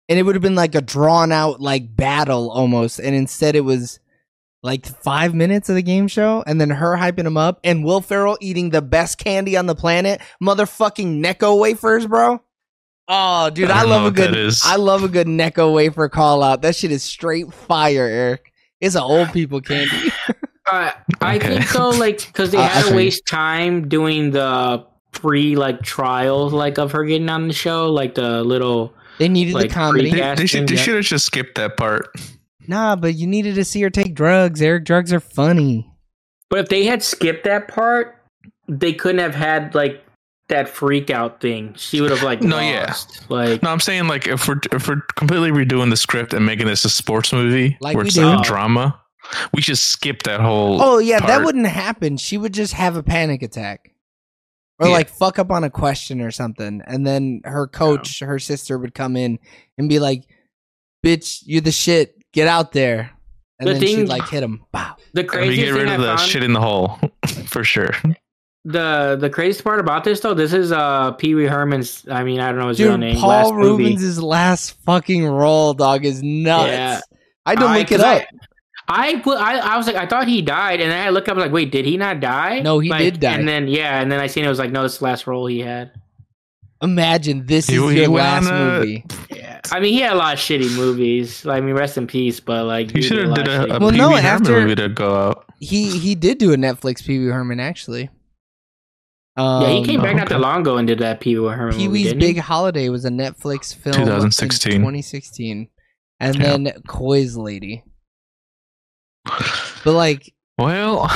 [SPEAKER 3] and it would have been like a drawn out like battle almost. And instead, it was like five minutes of the game show, and then her hyping him up, and Will Ferrell eating the best candy on the planet, motherfucking Necco wafers, bro. Oh, dude,
[SPEAKER 1] I
[SPEAKER 3] I,
[SPEAKER 1] don't know
[SPEAKER 3] love a
[SPEAKER 1] what that
[SPEAKER 3] good,
[SPEAKER 1] is.
[SPEAKER 3] I love a good Necco wafer call out. That shit is straight fire, Eric. It's an old people candy.
[SPEAKER 2] Uh, I
[SPEAKER 1] Okay.
[SPEAKER 2] think so, like because they
[SPEAKER 3] Uh, I
[SPEAKER 2] had to
[SPEAKER 3] see.
[SPEAKER 2] waste time doing the pre like trial like of her getting on the show, like the little
[SPEAKER 3] They needed
[SPEAKER 2] Like,
[SPEAKER 3] the comedy.
[SPEAKER 2] freak
[SPEAKER 1] They, they should, they
[SPEAKER 2] Yeah.
[SPEAKER 1] should have just skipped that part.
[SPEAKER 3] Nah, but you needed to see her take drugs, Eric. Drugs are funny.
[SPEAKER 2] But if they had skipped that part, they couldn't have had like that freak out thing. She would have like
[SPEAKER 1] No,
[SPEAKER 2] lost. Like
[SPEAKER 1] No, I'm saying like if we're if we're completely redoing the script and making this a sports movie
[SPEAKER 3] Like
[SPEAKER 1] where
[SPEAKER 3] we
[SPEAKER 1] it's
[SPEAKER 3] do.
[SPEAKER 1] like a drama, we should skip that whole.
[SPEAKER 3] Oh yeah, that
[SPEAKER 1] part.
[SPEAKER 3] wouldn't happen. She would just have a panic attack. Or
[SPEAKER 1] Yeah.
[SPEAKER 3] like fuck up on a question or something. And then her coach, her sister would come in and be like, Bitch, you're the shit. Get out there. And
[SPEAKER 2] The
[SPEAKER 3] then
[SPEAKER 2] thing-
[SPEAKER 3] she'd like hit him. Wow.
[SPEAKER 2] the
[SPEAKER 1] and we
[SPEAKER 2] craziest
[SPEAKER 1] get rid
[SPEAKER 2] thing I
[SPEAKER 1] of the
[SPEAKER 2] found,
[SPEAKER 1] shit in the hole for sure.
[SPEAKER 2] the the craziest part about this though, this is uh Pee Wee Herman's. I mean, I don't know his real
[SPEAKER 3] Dude,
[SPEAKER 2] name.
[SPEAKER 3] Paul
[SPEAKER 2] last movie.
[SPEAKER 3] Rubens' last fucking role, dog, is nuts.
[SPEAKER 2] Yeah.
[SPEAKER 3] I had to
[SPEAKER 2] I-
[SPEAKER 3] look it
[SPEAKER 2] 'cause I-
[SPEAKER 3] up.
[SPEAKER 2] I, put- I I was like I thought he died, and then I looked up I was like, wait, did he not die?
[SPEAKER 3] No, he
[SPEAKER 2] Like,
[SPEAKER 3] did die.
[SPEAKER 2] And then yeah, and then I seen it was like, no, this is the last role he had.
[SPEAKER 3] Imagine this
[SPEAKER 1] He-
[SPEAKER 3] is
[SPEAKER 1] he
[SPEAKER 3] your
[SPEAKER 1] went
[SPEAKER 3] last
[SPEAKER 1] on a-
[SPEAKER 3] movie.
[SPEAKER 2] Yeah, I mean, he had a lot of shitty movies. Like, I mean, rest in peace, but like
[SPEAKER 1] You
[SPEAKER 2] he
[SPEAKER 1] should have
[SPEAKER 2] lot
[SPEAKER 1] did
[SPEAKER 2] of
[SPEAKER 1] a, a
[SPEAKER 2] shitty-
[SPEAKER 3] Well,
[SPEAKER 1] Pee
[SPEAKER 3] no,
[SPEAKER 1] Wee Herman
[SPEAKER 3] after-
[SPEAKER 1] movie to go out.
[SPEAKER 3] He he did do a Netflix Pee Wee Herman actually. Um,
[SPEAKER 2] yeah, he came back not
[SPEAKER 1] okay.
[SPEAKER 2] that long ago and did that Pee Wee Herman
[SPEAKER 3] Pee
[SPEAKER 2] movie.
[SPEAKER 3] Wee's
[SPEAKER 2] didn't he?
[SPEAKER 3] Big Holiday was a Netflix film.
[SPEAKER 1] 2016.
[SPEAKER 3] in 2016. And
[SPEAKER 1] Yeah.
[SPEAKER 3] then Coy's Lady. But like
[SPEAKER 1] Well,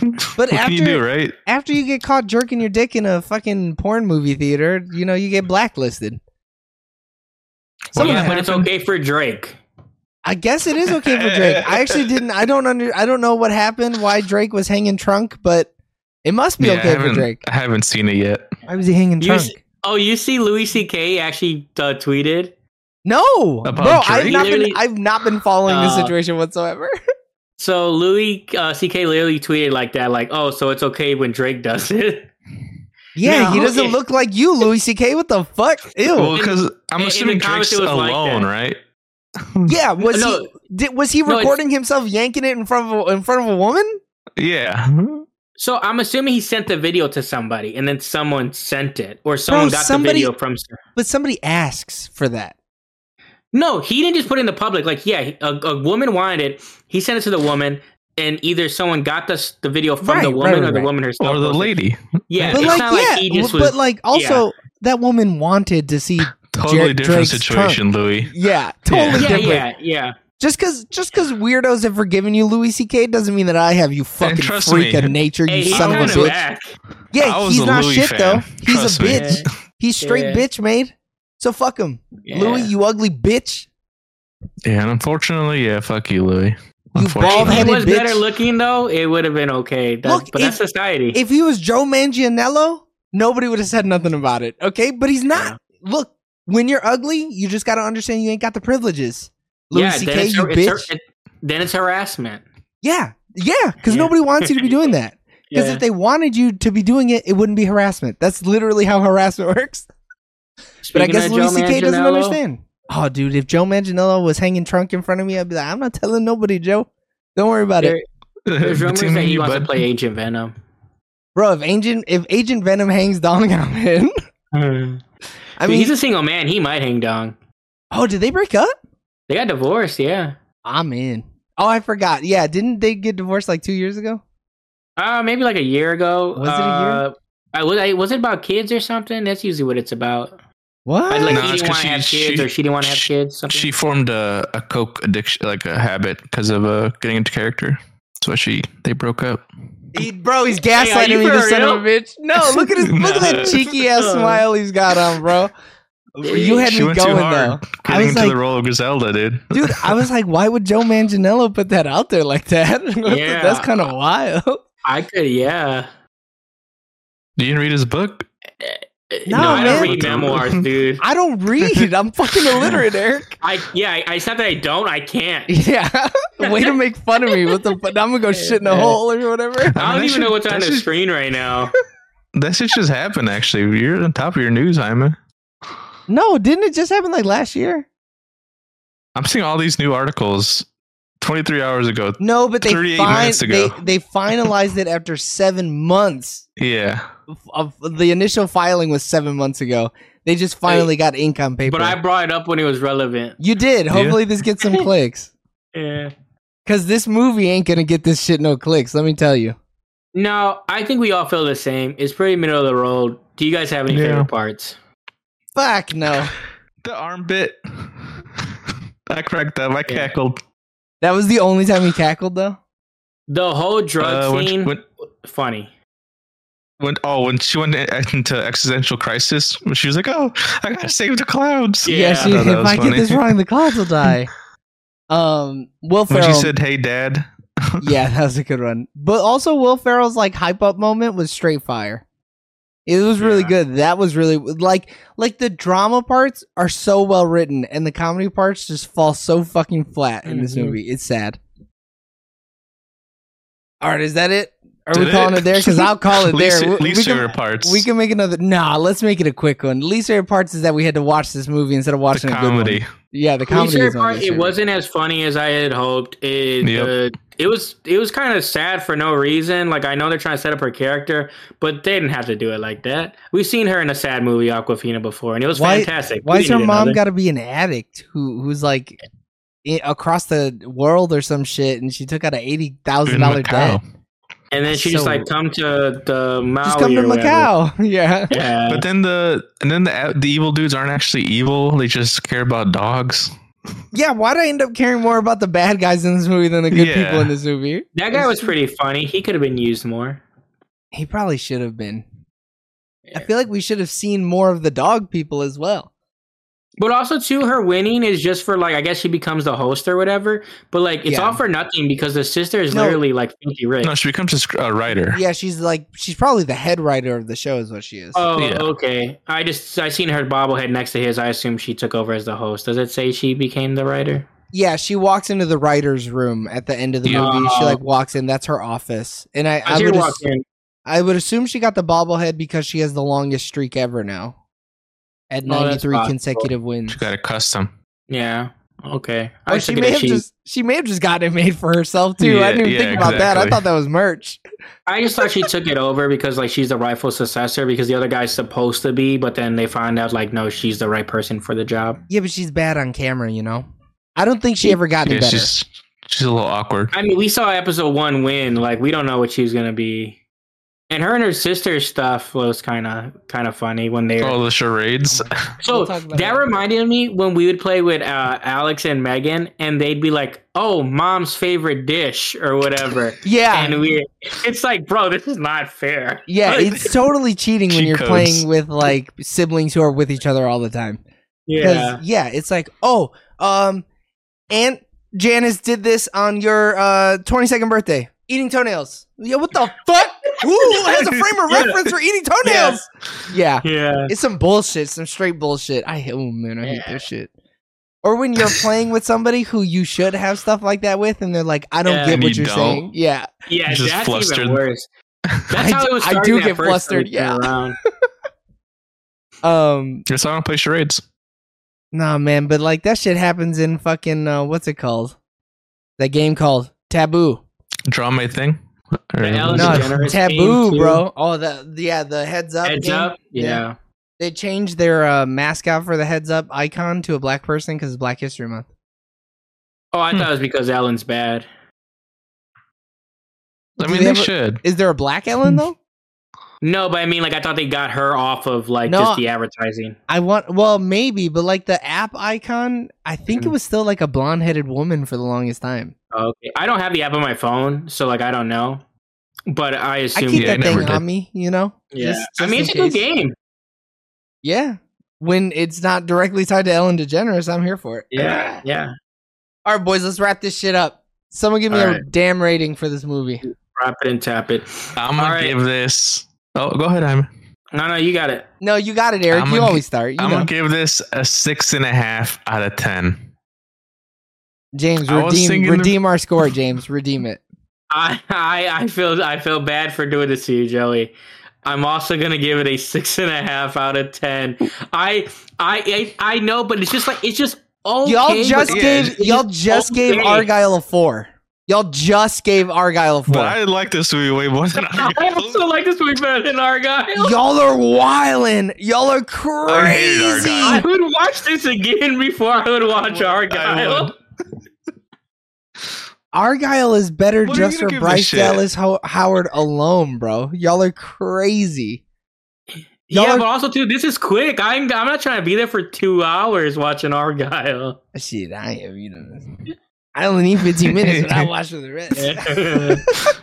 [SPEAKER 3] But
[SPEAKER 1] what can you
[SPEAKER 3] after-
[SPEAKER 1] do, right?
[SPEAKER 3] after you get caught jerking your dick in a fucking porn movie theater, you know, you get blacklisted.
[SPEAKER 1] Well,
[SPEAKER 2] yeah,
[SPEAKER 1] that
[SPEAKER 2] but it's
[SPEAKER 1] happened.
[SPEAKER 2] okay for Drake.
[SPEAKER 3] I guess it is okay for Drake. I actually didn't I don't under I don't know what happened, why Drake was hanging trunk, but it must be
[SPEAKER 1] Yeah, I
[SPEAKER 3] okay for
[SPEAKER 1] haven't-
[SPEAKER 3] Drake.
[SPEAKER 1] I haven't seen it yet.
[SPEAKER 3] Why was he hanging
[SPEAKER 2] You
[SPEAKER 3] trunk?
[SPEAKER 2] s- Oh, you see, Louis C.K. actually uh, tweeted.
[SPEAKER 3] no.
[SPEAKER 1] About
[SPEAKER 3] Bro, I've
[SPEAKER 1] Drake?
[SPEAKER 3] not been
[SPEAKER 2] Literally-
[SPEAKER 3] I've not been following this
[SPEAKER 2] Uh,
[SPEAKER 3] situation whatsoever.
[SPEAKER 2] So Louis uh, C.K. literally tweeted like that, like, "Oh, so it's okay when Drake does it."
[SPEAKER 3] Yeah, he
[SPEAKER 2] No,
[SPEAKER 3] doesn't
[SPEAKER 2] it-
[SPEAKER 3] look like you, Louis C.K. What the fuck? Ew.
[SPEAKER 1] Well, because I'm
[SPEAKER 2] in the
[SPEAKER 1] assuming
[SPEAKER 2] comics,
[SPEAKER 1] Drake's
[SPEAKER 2] it was like
[SPEAKER 1] alone,
[SPEAKER 2] that.
[SPEAKER 1] right?
[SPEAKER 3] Yeah, was
[SPEAKER 2] no,
[SPEAKER 3] he did, was he
[SPEAKER 2] No, it's-
[SPEAKER 3] recording himself yanking it in front of a, in front of a woman?
[SPEAKER 1] Yeah.
[SPEAKER 2] so I'm assuming he sent the video to somebody, and then someone sent it, or someone got
[SPEAKER 3] somebody-
[SPEAKER 2] the video from. some-
[SPEAKER 3] But somebody asks for that.
[SPEAKER 2] No, he didn't just put it in the public. Like, yeah, a, a woman wanted it. He sent it to the woman, and either someone got the s- the video from
[SPEAKER 3] Right,
[SPEAKER 2] the
[SPEAKER 3] right,
[SPEAKER 2] woman,
[SPEAKER 3] right,
[SPEAKER 2] or the
[SPEAKER 3] right.
[SPEAKER 2] woman herself,
[SPEAKER 1] Or the
[SPEAKER 2] posted it.
[SPEAKER 1] lady.
[SPEAKER 2] Yeah,
[SPEAKER 3] But
[SPEAKER 2] it's
[SPEAKER 3] like,
[SPEAKER 2] not
[SPEAKER 3] yeah,
[SPEAKER 2] like he just
[SPEAKER 3] w-
[SPEAKER 2] was.
[SPEAKER 3] but like also that woman wanted to see.
[SPEAKER 1] Totally
[SPEAKER 3] Jer-
[SPEAKER 1] different
[SPEAKER 3] Drake's
[SPEAKER 1] situation, Louis.
[SPEAKER 3] Yeah, totally
[SPEAKER 1] Yeah.
[SPEAKER 2] yeah,
[SPEAKER 3] different.
[SPEAKER 2] yeah, yeah.
[SPEAKER 3] Just because just because weirdos have forgiven you, Louis C.K. doesn't mean that I have you fucking
[SPEAKER 1] trust
[SPEAKER 3] freak
[SPEAKER 1] me.
[SPEAKER 3] of nature,
[SPEAKER 2] Hey,
[SPEAKER 3] you
[SPEAKER 2] he's
[SPEAKER 3] son of a
[SPEAKER 2] kind of
[SPEAKER 3] bitch.
[SPEAKER 2] back.
[SPEAKER 1] I
[SPEAKER 3] Yeah,
[SPEAKER 1] was
[SPEAKER 3] he's
[SPEAKER 1] a
[SPEAKER 3] not
[SPEAKER 1] Louis
[SPEAKER 3] shit
[SPEAKER 1] fan.
[SPEAKER 3] though. He's
[SPEAKER 1] Trust
[SPEAKER 3] a
[SPEAKER 1] me.
[SPEAKER 3] bitch. He's straight
[SPEAKER 2] Yeah.
[SPEAKER 3] bitch, mate. So fuck him,
[SPEAKER 2] Yeah.
[SPEAKER 3] Louis. You ugly bitch.
[SPEAKER 1] Yeah, and unfortunately, yeah, fuck you, Louis.
[SPEAKER 2] If
[SPEAKER 3] You
[SPEAKER 1] Unfortunately.
[SPEAKER 2] he
[SPEAKER 3] bald-headed-
[SPEAKER 2] was
[SPEAKER 3] bitch.
[SPEAKER 2] better looking though, it would have been okay. That's,
[SPEAKER 3] Look,
[SPEAKER 2] but
[SPEAKER 3] if-
[SPEAKER 2] that's society.
[SPEAKER 3] if he was Joe Manganiello, nobody would have said nothing about it. Okay, but he's not. Look, when you're ugly, you just got to understand you ain't got the privileges. Louis
[SPEAKER 2] yeah,
[SPEAKER 3] C.K.,
[SPEAKER 2] then it's,
[SPEAKER 3] you
[SPEAKER 2] har- it's har-
[SPEAKER 3] bitch.
[SPEAKER 2] it- then it's harassment.
[SPEAKER 3] yeah, yeah, because
[SPEAKER 2] Yeah.
[SPEAKER 3] nobody wants you to be doing that. Because
[SPEAKER 2] Yeah.
[SPEAKER 3] if they wanted you to be doing it, it wouldn't be harassment. That's literally how harassment works. But I
[SPEAKER 2] Speaking
[SPEAKER 3] guess
[SPEAKER 2] of
[SPEAKER 3] Louis
[SPEAKER 2] Joe
[SPEAKER 3] C.K. doesn't
[SPEAKER 2] Manganiello,
[SPEAKER 3] understand. Oh, dude, if Joe Manganiello was hanging trunk in front of me, I'd be like, I'm not telling nobody, Joe. Don't worry about
[SPEAKER 2] There-
[SPEAKER 3] it,
[SPEAKER 2] There's rumors
[SPEAKER 1] Between
[SPEAKER 2] that
[SPEAKER 1] me
[SPEAKER 2] he
[SPEAKER 1] and
[SPEAKER 2] wants to
[SPEAKER 1] bud.
[SPEAKER 2] play Agent Venom.
[SPEAKER 3] bro. If Agent if Agent Venom hangs Dong on him,
[SPEAKER 1] Hmm.
[SPEAKER 3] I
[SPEAKER 2] I mean,
[SPEAKER 3] mean,
[SPEAKER 2] he's a single man. He might hang dong.
[SPEAKER 3] oh, did they break up?
[SPEAKER 2] They got divorced. Yeah.
[SPEAKER 3] I'm in. Oh, I forgot. Yeah, didn't they get divorced like two years ago?
[SPEAKER 2] Uh, maybe like a year ago.
[SPEAKER 3] Was it a
[SPEAKER 2] year? I was, I, was it about kids or something? That's usually what it's about.
[SPEAKER 3] What?
[SPEAKER 2] I'd like
[SPEAKER 1] No,
[SPEAKER 2] he
[SPEAKER 1] it's 'cause
[SPEAKER 2] didn't want to
[SPEAKER 1] she-
[SPEAKER 2] have kids,
[SPEAKER 1] she-
[SPEAKER 2] or she didn't want to have
[SPEAKER 1] she-
[SPEAKER 2] kids. Something.
[SPEAKER 1] She formed a, a coke addiction, like a habit, because of uh, getting into character. So she they broke up.
[SPEAKER 3] He, bro, he's
[SPEAKER 2] Hey, are
[SPEAKER 3] gaslighting
[SPEAKER 2] you
[SPEAKER 3] me, the
[SPEAKER 2] for
[SPEAKER 3] son of a
[SPEAKER 2] real?
[SPEAKER 3] bitch. No, look at his look at that cheeky ass smile he's got on, bro. You had
[SPEAKER 1] she
[SPEAKER 3] me
[SPEAKER 1] went
[SPEAKER 3] going
[SPEAKER 1] too
[SPEAKER 3] though.
[SPEAKER 1] hard
[SPEAKER 3] I was
[SPEAKER 1] getting into
[SPEAKER 3] like-
[SPEAKER 1] the role of Griselda, dude.
[SPEAKER 3] Dude, I was like, why would Joe Manganiello put that out there like that?
[SPEAKER 2] Yeah.
[SPEAKER 3] That's kind of wild.
[SPEAKER 2] I could, yeah.
[SPEAKER 1] You didn't read his book?
[SPEAKER 3] No,
[SPEAKER 2] I don't
[SPEAKER 3] man.
[SPEAKER 2] read memoirs, dude.
[SPEAKER 3] I don't read. I'm fucking illiterate, Eric.
[SPEAKER 2] I yeah, I, I- it's not that I don't. I can't.
[SPEAKER 3] Yeah. Way to make fun of me. What the fu- Now I'm gonna go shit in a hole or whatever.
[SPEAKER 1] I mean,
[SPEAKER 2] I don't
[SPEAKER 1] that
[SPEAKER 2] even
[SPEAKER 1] shit-
[SPEAKER 2] know what's on
[SPEAKER 1] that
[SPEAKER 2] the
[SPEAKER 1] shit-
[SPEAKER 2] screen right now.
[SPEAKER 1] That shit just happened. Actually, you're on top of your news, Hyman.
[SPEAKER 3] No, didn't it just happen like last year?
[SPEAKER 1] I'm seeing all these new articles. 23 hours ago.
[SPEAKER 3] No, but they
[SPEAKER 1] 38
[SPEAKER 3] fin-
[SPEAKER 1] minutes
[SPEAKER 3] they,
[SPEAKER 1] ago.
[SPEAKER 3] they finalized it after seven months.
[SPEAKER 1] Yeah.
[SPEAKER 3] Of the initial filing was seven months ago. They just finally got ink on paper.
[SPEAKER 2] But I brought it up when it was relevant.
[SPEAKER 3] you did. Hopefully this gets some clicks.
[SPEAKER 2] Yeah.
[SPEAKER 3] Cause this movie ain't gonna get this shit no clicks. Let me tell you.
[SPEAKER 2] No, I think we all feel the same. It's pretty middle of the road. Do you guys have any
[SPEAKER 1] Yeah.
[SPEAKER 2] favorite parts?
[SPEAKER 3] Fuck no.
[SPEAKER 1] The arm bit. I cracked up. I cackled.
[SPEAKER 3] That was the only time he cackled though.
[SPEAKER 2] The whole drug
[SPEAKER 1] Uh, when-
[SPEAKER 2] scene,
[SPEAKER 1] when-
[SPEAKER 2] funny.
[SPEAKER 1] when oh when she went into existential crisis when she was like oh i gotta save the clouds
[SPEAKER 2] Yeah,
[SPEAKER 3] Yeah,
[SPEAKER 2] I
[SPEAKER 3] she,
[SPEAKER 1] thought
[SPEAKER 3] if
[SPEAKER 1] that was
[SPEAKER 3] I get
[SPEAKER 1] funny.
[SPEAKER 3] this wrong, the clouds will die. Um, Will
[SPEAKER 1] when
[SPEAKER 3] Ferrell.
[SPEAKER 1] she said hey dad
[SPEAKER 3] yeah, that was a good one. But also, Will Ferrell's like hype up moment was straight fire. It was really
[SPEAKER 2] Yeah.
[SPEAKER 3] good. That was really like like the drama parts are so well written, and the comedy parts just fall so fucking flat in this
[SPEAKER 1] Mm-hmm.
[SPEAKER 2] Mhm.
[SPEAKER 3] movie. It's sad. All right, is that it? Are we
[SPEAKER 1] Did
[SPEAKER 3] calling it, there? Because I'll call it
[SPEAKER 1] least,
[SPEAKER 3] there. We- we
[SPEAKER 1] least
[SPEAKER 3] can-
[SPEAKER 1] favorite parts
[SPEAKER 3] We can make another. Nah, let's make it a quick one. Least favorite parts is that we had to watch this movie instead of
[SPEAKER 1] the
[SPEAKER 3] watching a good one.
[SPEAKER 1] comedy
[SPEAKER 3] Yeah, the
[SPEAKER 2] Least
[SPEAKER 3] comedy.
[SPEAKER 2] favorite
[SPEAKER 3] is one of
[SPEAKER 2] part,
[SPEAKER 3] the
[SPEAKER 2] it
[SPEAKER 3] favorite.
[SPEAKER 2] wasn't as funny as I had hoped. It
[SPEAKER 1] Yep.
[SPEAKER 2] uh, it was it was kind of sad for no reason. Like I know they're trying to set up her character, but they didn't have to do it like that. We've seen her in a sad movie, Aquafina, before, and it was
[SPEAKER 3] Why-
[SPEAKER 2] fantastic.
[SPEAKER 3] Why
[SPEAKER 2] We
[SPEAKER 3] is her
[SPEAKER 2] didn't need
[SPEAKER 3] mom
[SPEAKER 2] another.
[SPEAKER 3] got to be an addict who who's like i across the world or some shit, and she took out an eighty thousand dollar
[SPEAKER 1] In Macau.
[SPEAKER 3] debt?
[SPEAKER 2] And then she just
[SPEAKER 3] so-
[SPEAKER 2] like come to the Maui
[SPEAKER 3] Just come to
[SPEAKER 2] or whatever.
[SPEAKER 3] Macau. yeah.
[SPEAKER 2] Yeah,
[SPEAKER 1] but then the and then the the evil dudes aren't actually evil they just care about dogs
[SPEAKER 3] Yeah. Why would I end up caring more about the bad guys in this movie than the good
[SPEAKER 1] Yeah.
[SPEAKER 3] people in this movie?
[SPEAKER 2] that guy was pretty funny. He could have been used more.
[SPEAKER 3] He probably should have been. I
[SPEAKER 2] Yeah.
[SPEAKER 3] feel like we should have seen more of the dog people as well.
[SPEAKER 2] But also too, her winning is just for like I guess she becomes the host or whatever. But like it's
[SPEAKER 3] Yeah.
[SPEAKER 2] all for nothing because the sister is
[SPEAKER 3] No.
[SPEAKER 2] literally like filthy rich.
[SPEAKER 1] no she becomes a, sc- a writer
[SPEAKER 3] Yeah, she's like she's probably the head writer of the show, is what she is.
[SPEAKER 2] Oh,
[SPEAKER 1] Yeah.
[SPEAKER 2] okay. I just I seen her bobblehead next to his. I assume she took over as the host. Does it say she became the writer?
[SPEAKER 3] Yeah, she walks into the writer's room at the end of the
[SPEAKER 1] Yeah.
[SPEAKER 3] movie. She like walks in. That's her office, and I,
[SPEAKER 2] I,
[SPEAKER 3] I
[SPEAKER 2] see her
[SPEAKER 3] would ass-
[SPEAKER 2] walk in.
[SPEAKER 3] I would assume she got the bobblehead because she has the longest streak ever now, at
[SPEAKER 2] Oh, that's
[SPEAKER 3] ninety three
[SPEAKER 2] possible.
[SPEAKER 3] consecutive wins.
[SPEAKER 1] she got a custom
[SPEAKER 2] Yeah. Okay.
[SPEAKER 3] Oh,
[SPEAKER 2] I
[SPEAKER 3] she
[SPEAKER 2] took it
[SPEAKER 3] may
[SPEAKER 2] as
[SPEAKER 3] have
[SPEAKER 2] she-
[SPEAKER 3] just she may have just got it made for herself too. I
[SPEAKER 1] Yeah,
[SPEAKER 3] didn't even
[SPEAKER 1] yeah,
[SPEAKER 3] think about that. I
[SPEAKER 1] exactly.
[SPEAKER 3] thought that was merch.
[SPEAKER 2] I just thought she took it over because like she's the rightful successor because the other guy's supposed to be, but then they find out like no, she's the right person for the job.
[SPEAKER 3] Yeah, but she's bad on camera, you know. I don't think she ever got any
[SPEAKER 1] yeah,
[SPEAKER 3] better.
[SPEAKER 1] she's she's a little awkward
[SPEAKER 2] I mean, we saw episode one win. Like, we don't know what she's gonna be. And her and her sister's stuff was kind of kind of funny when they.
[SPEAKER 1] all the charades
[SPEAKER 2] so
[SPEAKER 3] We'll talk about
[SPEAKER 2] that
[SPEAKER 3] it.
[SPEAKER 2] reminded me when we would play with uh, Alex and Megan, and they'd be like, "Oh, mom's favorite dish" or whatever,
[SPEAKER 3] Yeah,
[SPEAKER 2] and we. It's like, bro, this is not fair.
[SPEAKER 3] yeah,
[SPEAKER 2] Like,
[SPEAKER 3] it's totally cheating when
[SPEAKER 1] Cheat
[SPEAKER 3] you're
[SPEAKER 1] codes.
[SPEAKER 3] playing with like siblings who are with each other all the time.
[SPEAKER 2] yeah.
[SPEAKER 3] Because yeah. it's like, oh, um, Aunt Janice did this on your uh 22nd birthday, eating toenails. Yeah, what the fuck? Who has a frame of
[SPEAKER 1] Yeah.
[SPEAKER 3] reference for eating toenails? Yeah.
[SPEAKER 2] Yeah.
[SPEAKER 3] it's some bullshit, some straight bullshit. I hate, oh man, I hate
[SPEAKER 2] Yeah.
[SPEAKER 3] this shit. Or when you're playing with somebody who you should have stuff like that with, and they're like, I don't
[SPEAKER 2] Yeah.
[SPEAKER 3] get
[SPEAKER 1] And
[SPEAKER 3] what
[SPEAKER 1] you
[SPEAKER 3] you're
[SPEAKER 1] don't.
[SPEAKER 3] saying. Yeah,
[SPEAKER 2] Yeah,
[SPEAKER 1] Just
[SPEAKER 2] that's
[SPEAKER 1] flustered.
[SPEAKER 2] even worse. That's
[SPEAKER 3] I
[SPEAKER 2] how
[SPEAKER 3] do-
[SPEAKER 2] it was
[SPEAKER 3] I
[SPEAKER 2] starting
[SPEAKER 3] do
[SPEAKER 2] at
[SPEAKER 3] get
[SPEAKER 2] first
[SPEAKER 3] flustered,
[SPEAKER 2] week
[SPEAKER 3] yeah.
[SPEAKER 2] around.
[SPEAKER 3] um,
[SPEAKER 1] that's why i don't play charades
[SPEAKER 3] Nah, man, but like that shit happens in fucking uh, what's it called? That game called Taboo.
[SPEAKER 1] draw my thing Or-
[SPEAKER 2] The Ellen
[SPEAKER 3] No,
[SPEAKER 2] DeGeneres
[SPEAKER 3] it's
[SPEAKER 2] game,
[SPEAKER 3] Taboo,
[SPEAKER 2] too.
[SPEAKER 3] bro. Oh, the yeah, the heads up.
[SPEAKER 2] Heads
[SPEAKER 3] game.
[SPEAKER 2] up.
[SPEAKER 3] Yeah.
[SPEAKER 2] yeah.
[SPEAKER 3] They changed their uh, mascot for the heads up icon to a black person because it's Black History Month.
[SPEAKER 2] Oh, I
[SPEAKER 1] Hmm.
[SPEAKER 2] thought it was because Ellen's bad.
[SPEAKER 1] i
[SPEAKER 3] Do
[SPEAKER 1] mean
[SPEAKER 3] they
[SPEAKER 1] they,
[SPEAKER 3] ever-
[SPEAKER 1] should
[SPEAKER 3] Is there a black Ellen though?
[SPEAKER 2] No, but I mean, like, I thought they got her off of like
[SPEAKER 3] No,
[SPEAKER 2] just the advertising.
[SPEAKER 3] I want. Well, maybe, but like the app icon, I think it
[SPEAKER 2] Mhm.
[SPEAKER 1] Mm.
[SPEAKER 3] was still like a blonde headed woman for the longest time.
[SPEAKER 2] Okay, I don't have the app on my phone, so like I don't know, but I
[SPEAKER 3] I
[SPEAKER 2] assume.
[SPEAKER 3] keep
[SPEAKER 1] yeah,
[SPEAKER 3] that
[SPEAKER 1] it never
[SPEAKER 3] thing
[SPEAKER 1] did.
[SPEAKER 3] on me, you know.
[SPEAKER 2] yeah,
[SPEAKER 3] Just-
[SPEAKER 2] I
[SPEAKER 3] just
[SPEAKER 2] mean
[SPEAKER 3] in
[SPEAKER 2] it's a good
[SPEAKER 3] case.
[SPEAKER 2] game.
[SPEAKER 3] Yeah, when it's not directly tied to Ellen DeGeneres, I'm here for it.
[SPEAKER 2] Yeah, yeah.
[SPEAKER 3] All right, boys, let's wrap this shit up. Someone give me
[SPEAKER 1] All
[SPEAKER 3] a
[SPEAKER 1] right.
[SPEAKER 3] damn rating for this movie.
[SPEAKER 2] Wrap it and tap it.
[SPEAKER 1] I'm gonna
[SPEAKER 2] All right.
[SPEAKER 1] give this. Oh, go ahead, Iman.
[SPEAKER 2] No, no, you got it.
[SPEAKER 3] No, you got it, Eric.
[SPEAKER 1] I'm
[SPEAKER 3] you
[SPEAKER 1] gonna
[SPEAKER 3] always start. You
[SPEAKER 1] I'm
[SPEAKER 3] know.
[SPEAKER 1] gonna give this a six and a half out of ten.
[SPEAKER 3] James,
[SPEAKER 1] I was
[SPEAKER 3] redeem
[SPEAKER 1] thinking of-
[SPEAKER 3] redeem our score, James. Redeem it.
[SPEAKER 2] I, I I feel I feel bad for doing this to you, Joey. I'm also gonna give it a six and a half out of ten. I I I, I know, but it's just like it's just okay.
[SPEAKER 3] y'all just
[SPEAKER 1] but- Yeah,
[SPEAKER 3] gave
[SPEAKER 1] it's-
[SPEAKER 3] y'all just
[SPEAKER 2] okay.
[SPEAKER 3] gave Argyle a four. Y'all just gave Argyle a
[SPEAKER 1] But
[SPEAKER 3] four.
[SPEAKER 1] I like this movie way more than I.
[SPEAKER 2] but I also like this movie better than Argyle.
[SPEAKER 3] y'all are wildin'. Y'all are
[SPEAKER 1] I hated
[SPEAKER 3] crazy.
[SPEAKER 2] I
[SPEAKER 1] Argyle.
[SPEAKER 2] would watch this again before I would watch Argyle.
[SPEAKER 3] Argyle is better
[SPEAKER 1] What are you
[SPEAKER 3] just
[SPEAKER 1] gonna
[SPEAKER 3] for
[SPEAKER 1] give this
[SPEAKER 3] Bryce
[SPEAKER 1] shit?
[SPEAKER 3] Dallas Ho- Howard alone, bro. Y'all are crazy. Y'all
[SPEAKER 2] yeah,
[SPEAKER 3] are-
[SPEAKER 2] but also too, this is quick. I'm I'm not trying to be there for two hours watching Argyle.
[SPEAKER 3] Shit, I am. You know, I only need 15 minutes, but I watch for the rest.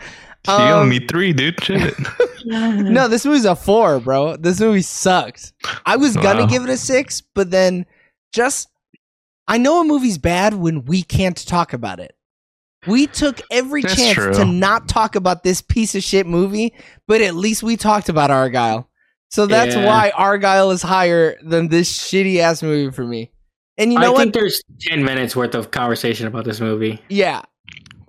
[SPEAKER 1] you
[SPEAKER 3] Um,
[SPEAKER 1] only need three, dude. Shit.
[SPEAKER 3] No, this movie's a four, bro. This movie sucked. I was gonna
[SPEAKER 1] Wow.
[SPEAKER 3] give it a six, but then just I know a movie's bad when we can't talk about it. We took every
[SPEAKER 1] That's
[SPEAKER 3] chance
[SPEAKER 1] true.
[SPEAKER 3] to not talk about this piece of shit movie, but at least we talked about Argyle. So that's
[SPEAKER 2] Yeah.
[SPEAKER 3] why Argyle is higher than this shitty ass movie for me. And you know
[SPEAKER 2] I
[SPEAKER 3] what?
[SPEAKER 2] think there's ten minutes worth of conversation about this movie.
[SPEAKER 3] Yeah.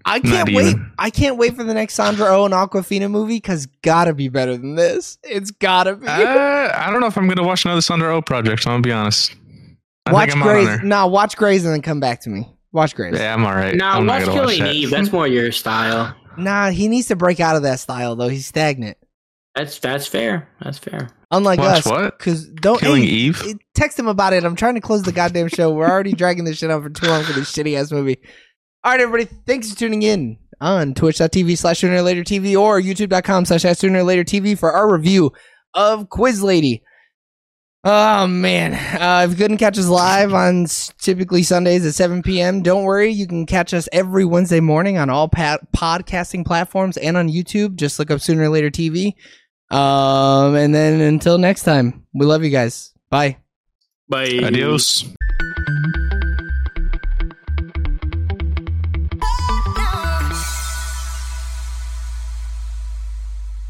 [SPEAKER 3] I can't
[SPEAKER 1] Not
[SPEAKER 3] wait.
[SPEAKER 1] even.
[SPEAKER 3] I can't wait for the next Sandra Oh and Aquafina movie because gotta be better than this. It's gotta be.
[SPEAKER 1] Uh, I don't know if I'm gonna watch another Thunder O project. I'm gonna be honest. I
[SPEAKER 3] watch
[SPEAKER 1] think I'm out on
[SPEAKER 3] Grays.
[SPEAKER 1] there.
[SPEAKER 3] Nah, watch Grays and then come back to me. Watch Grays.
[SPEAKER 1] Yeah, I'm all right.
[SPEAKER 2] Now
[SPEAKER 1] I'm not
[SPEAKER 2] watch
[SPEAKER 1] gonna watch
[SPEAKER 2] Killing
[SPEAKER 1] that.
[SPEAKER 2] Eve. That's more your style.
[SPEAKER 3] Nah, he needs to break out of that style though. He's stagnant.
[SPEAKER 2] That's that's fair. That's fair.
[SPEAKER 3] Unlike
[SPEAKER 1] Watch
[SPEAKER 3] us.
[SPEAKER 1] what?
[SPEAKER 3] Cause don't
[SPEAKER 1] Killing
[SPEAKER 3] hey,
[SPEAKER 1] Eve.
[SPEAKER 3] eh, text him about it. I'm trying to close the goddamn show. We're already dragging this shit out for too long for this shitty ass movie. All right, everybody. Thanks for tuning in on twitch.tv slash sooner or later TV or youtube.com slash at sooner or later TV for our review of Quiz Lady. Oh man! Uh, if you couldn't catch us live on s- typically Sundays at 7 p.m., don't worry. You can catch us every Wednesday morning on all pa- podcasting platforms and on YouTube. Just look up Sooner or Later TV. Um, and then until next time, we love you guys. Bye.
[SPEAKER 2] But
[SPEAKER 1] Adios.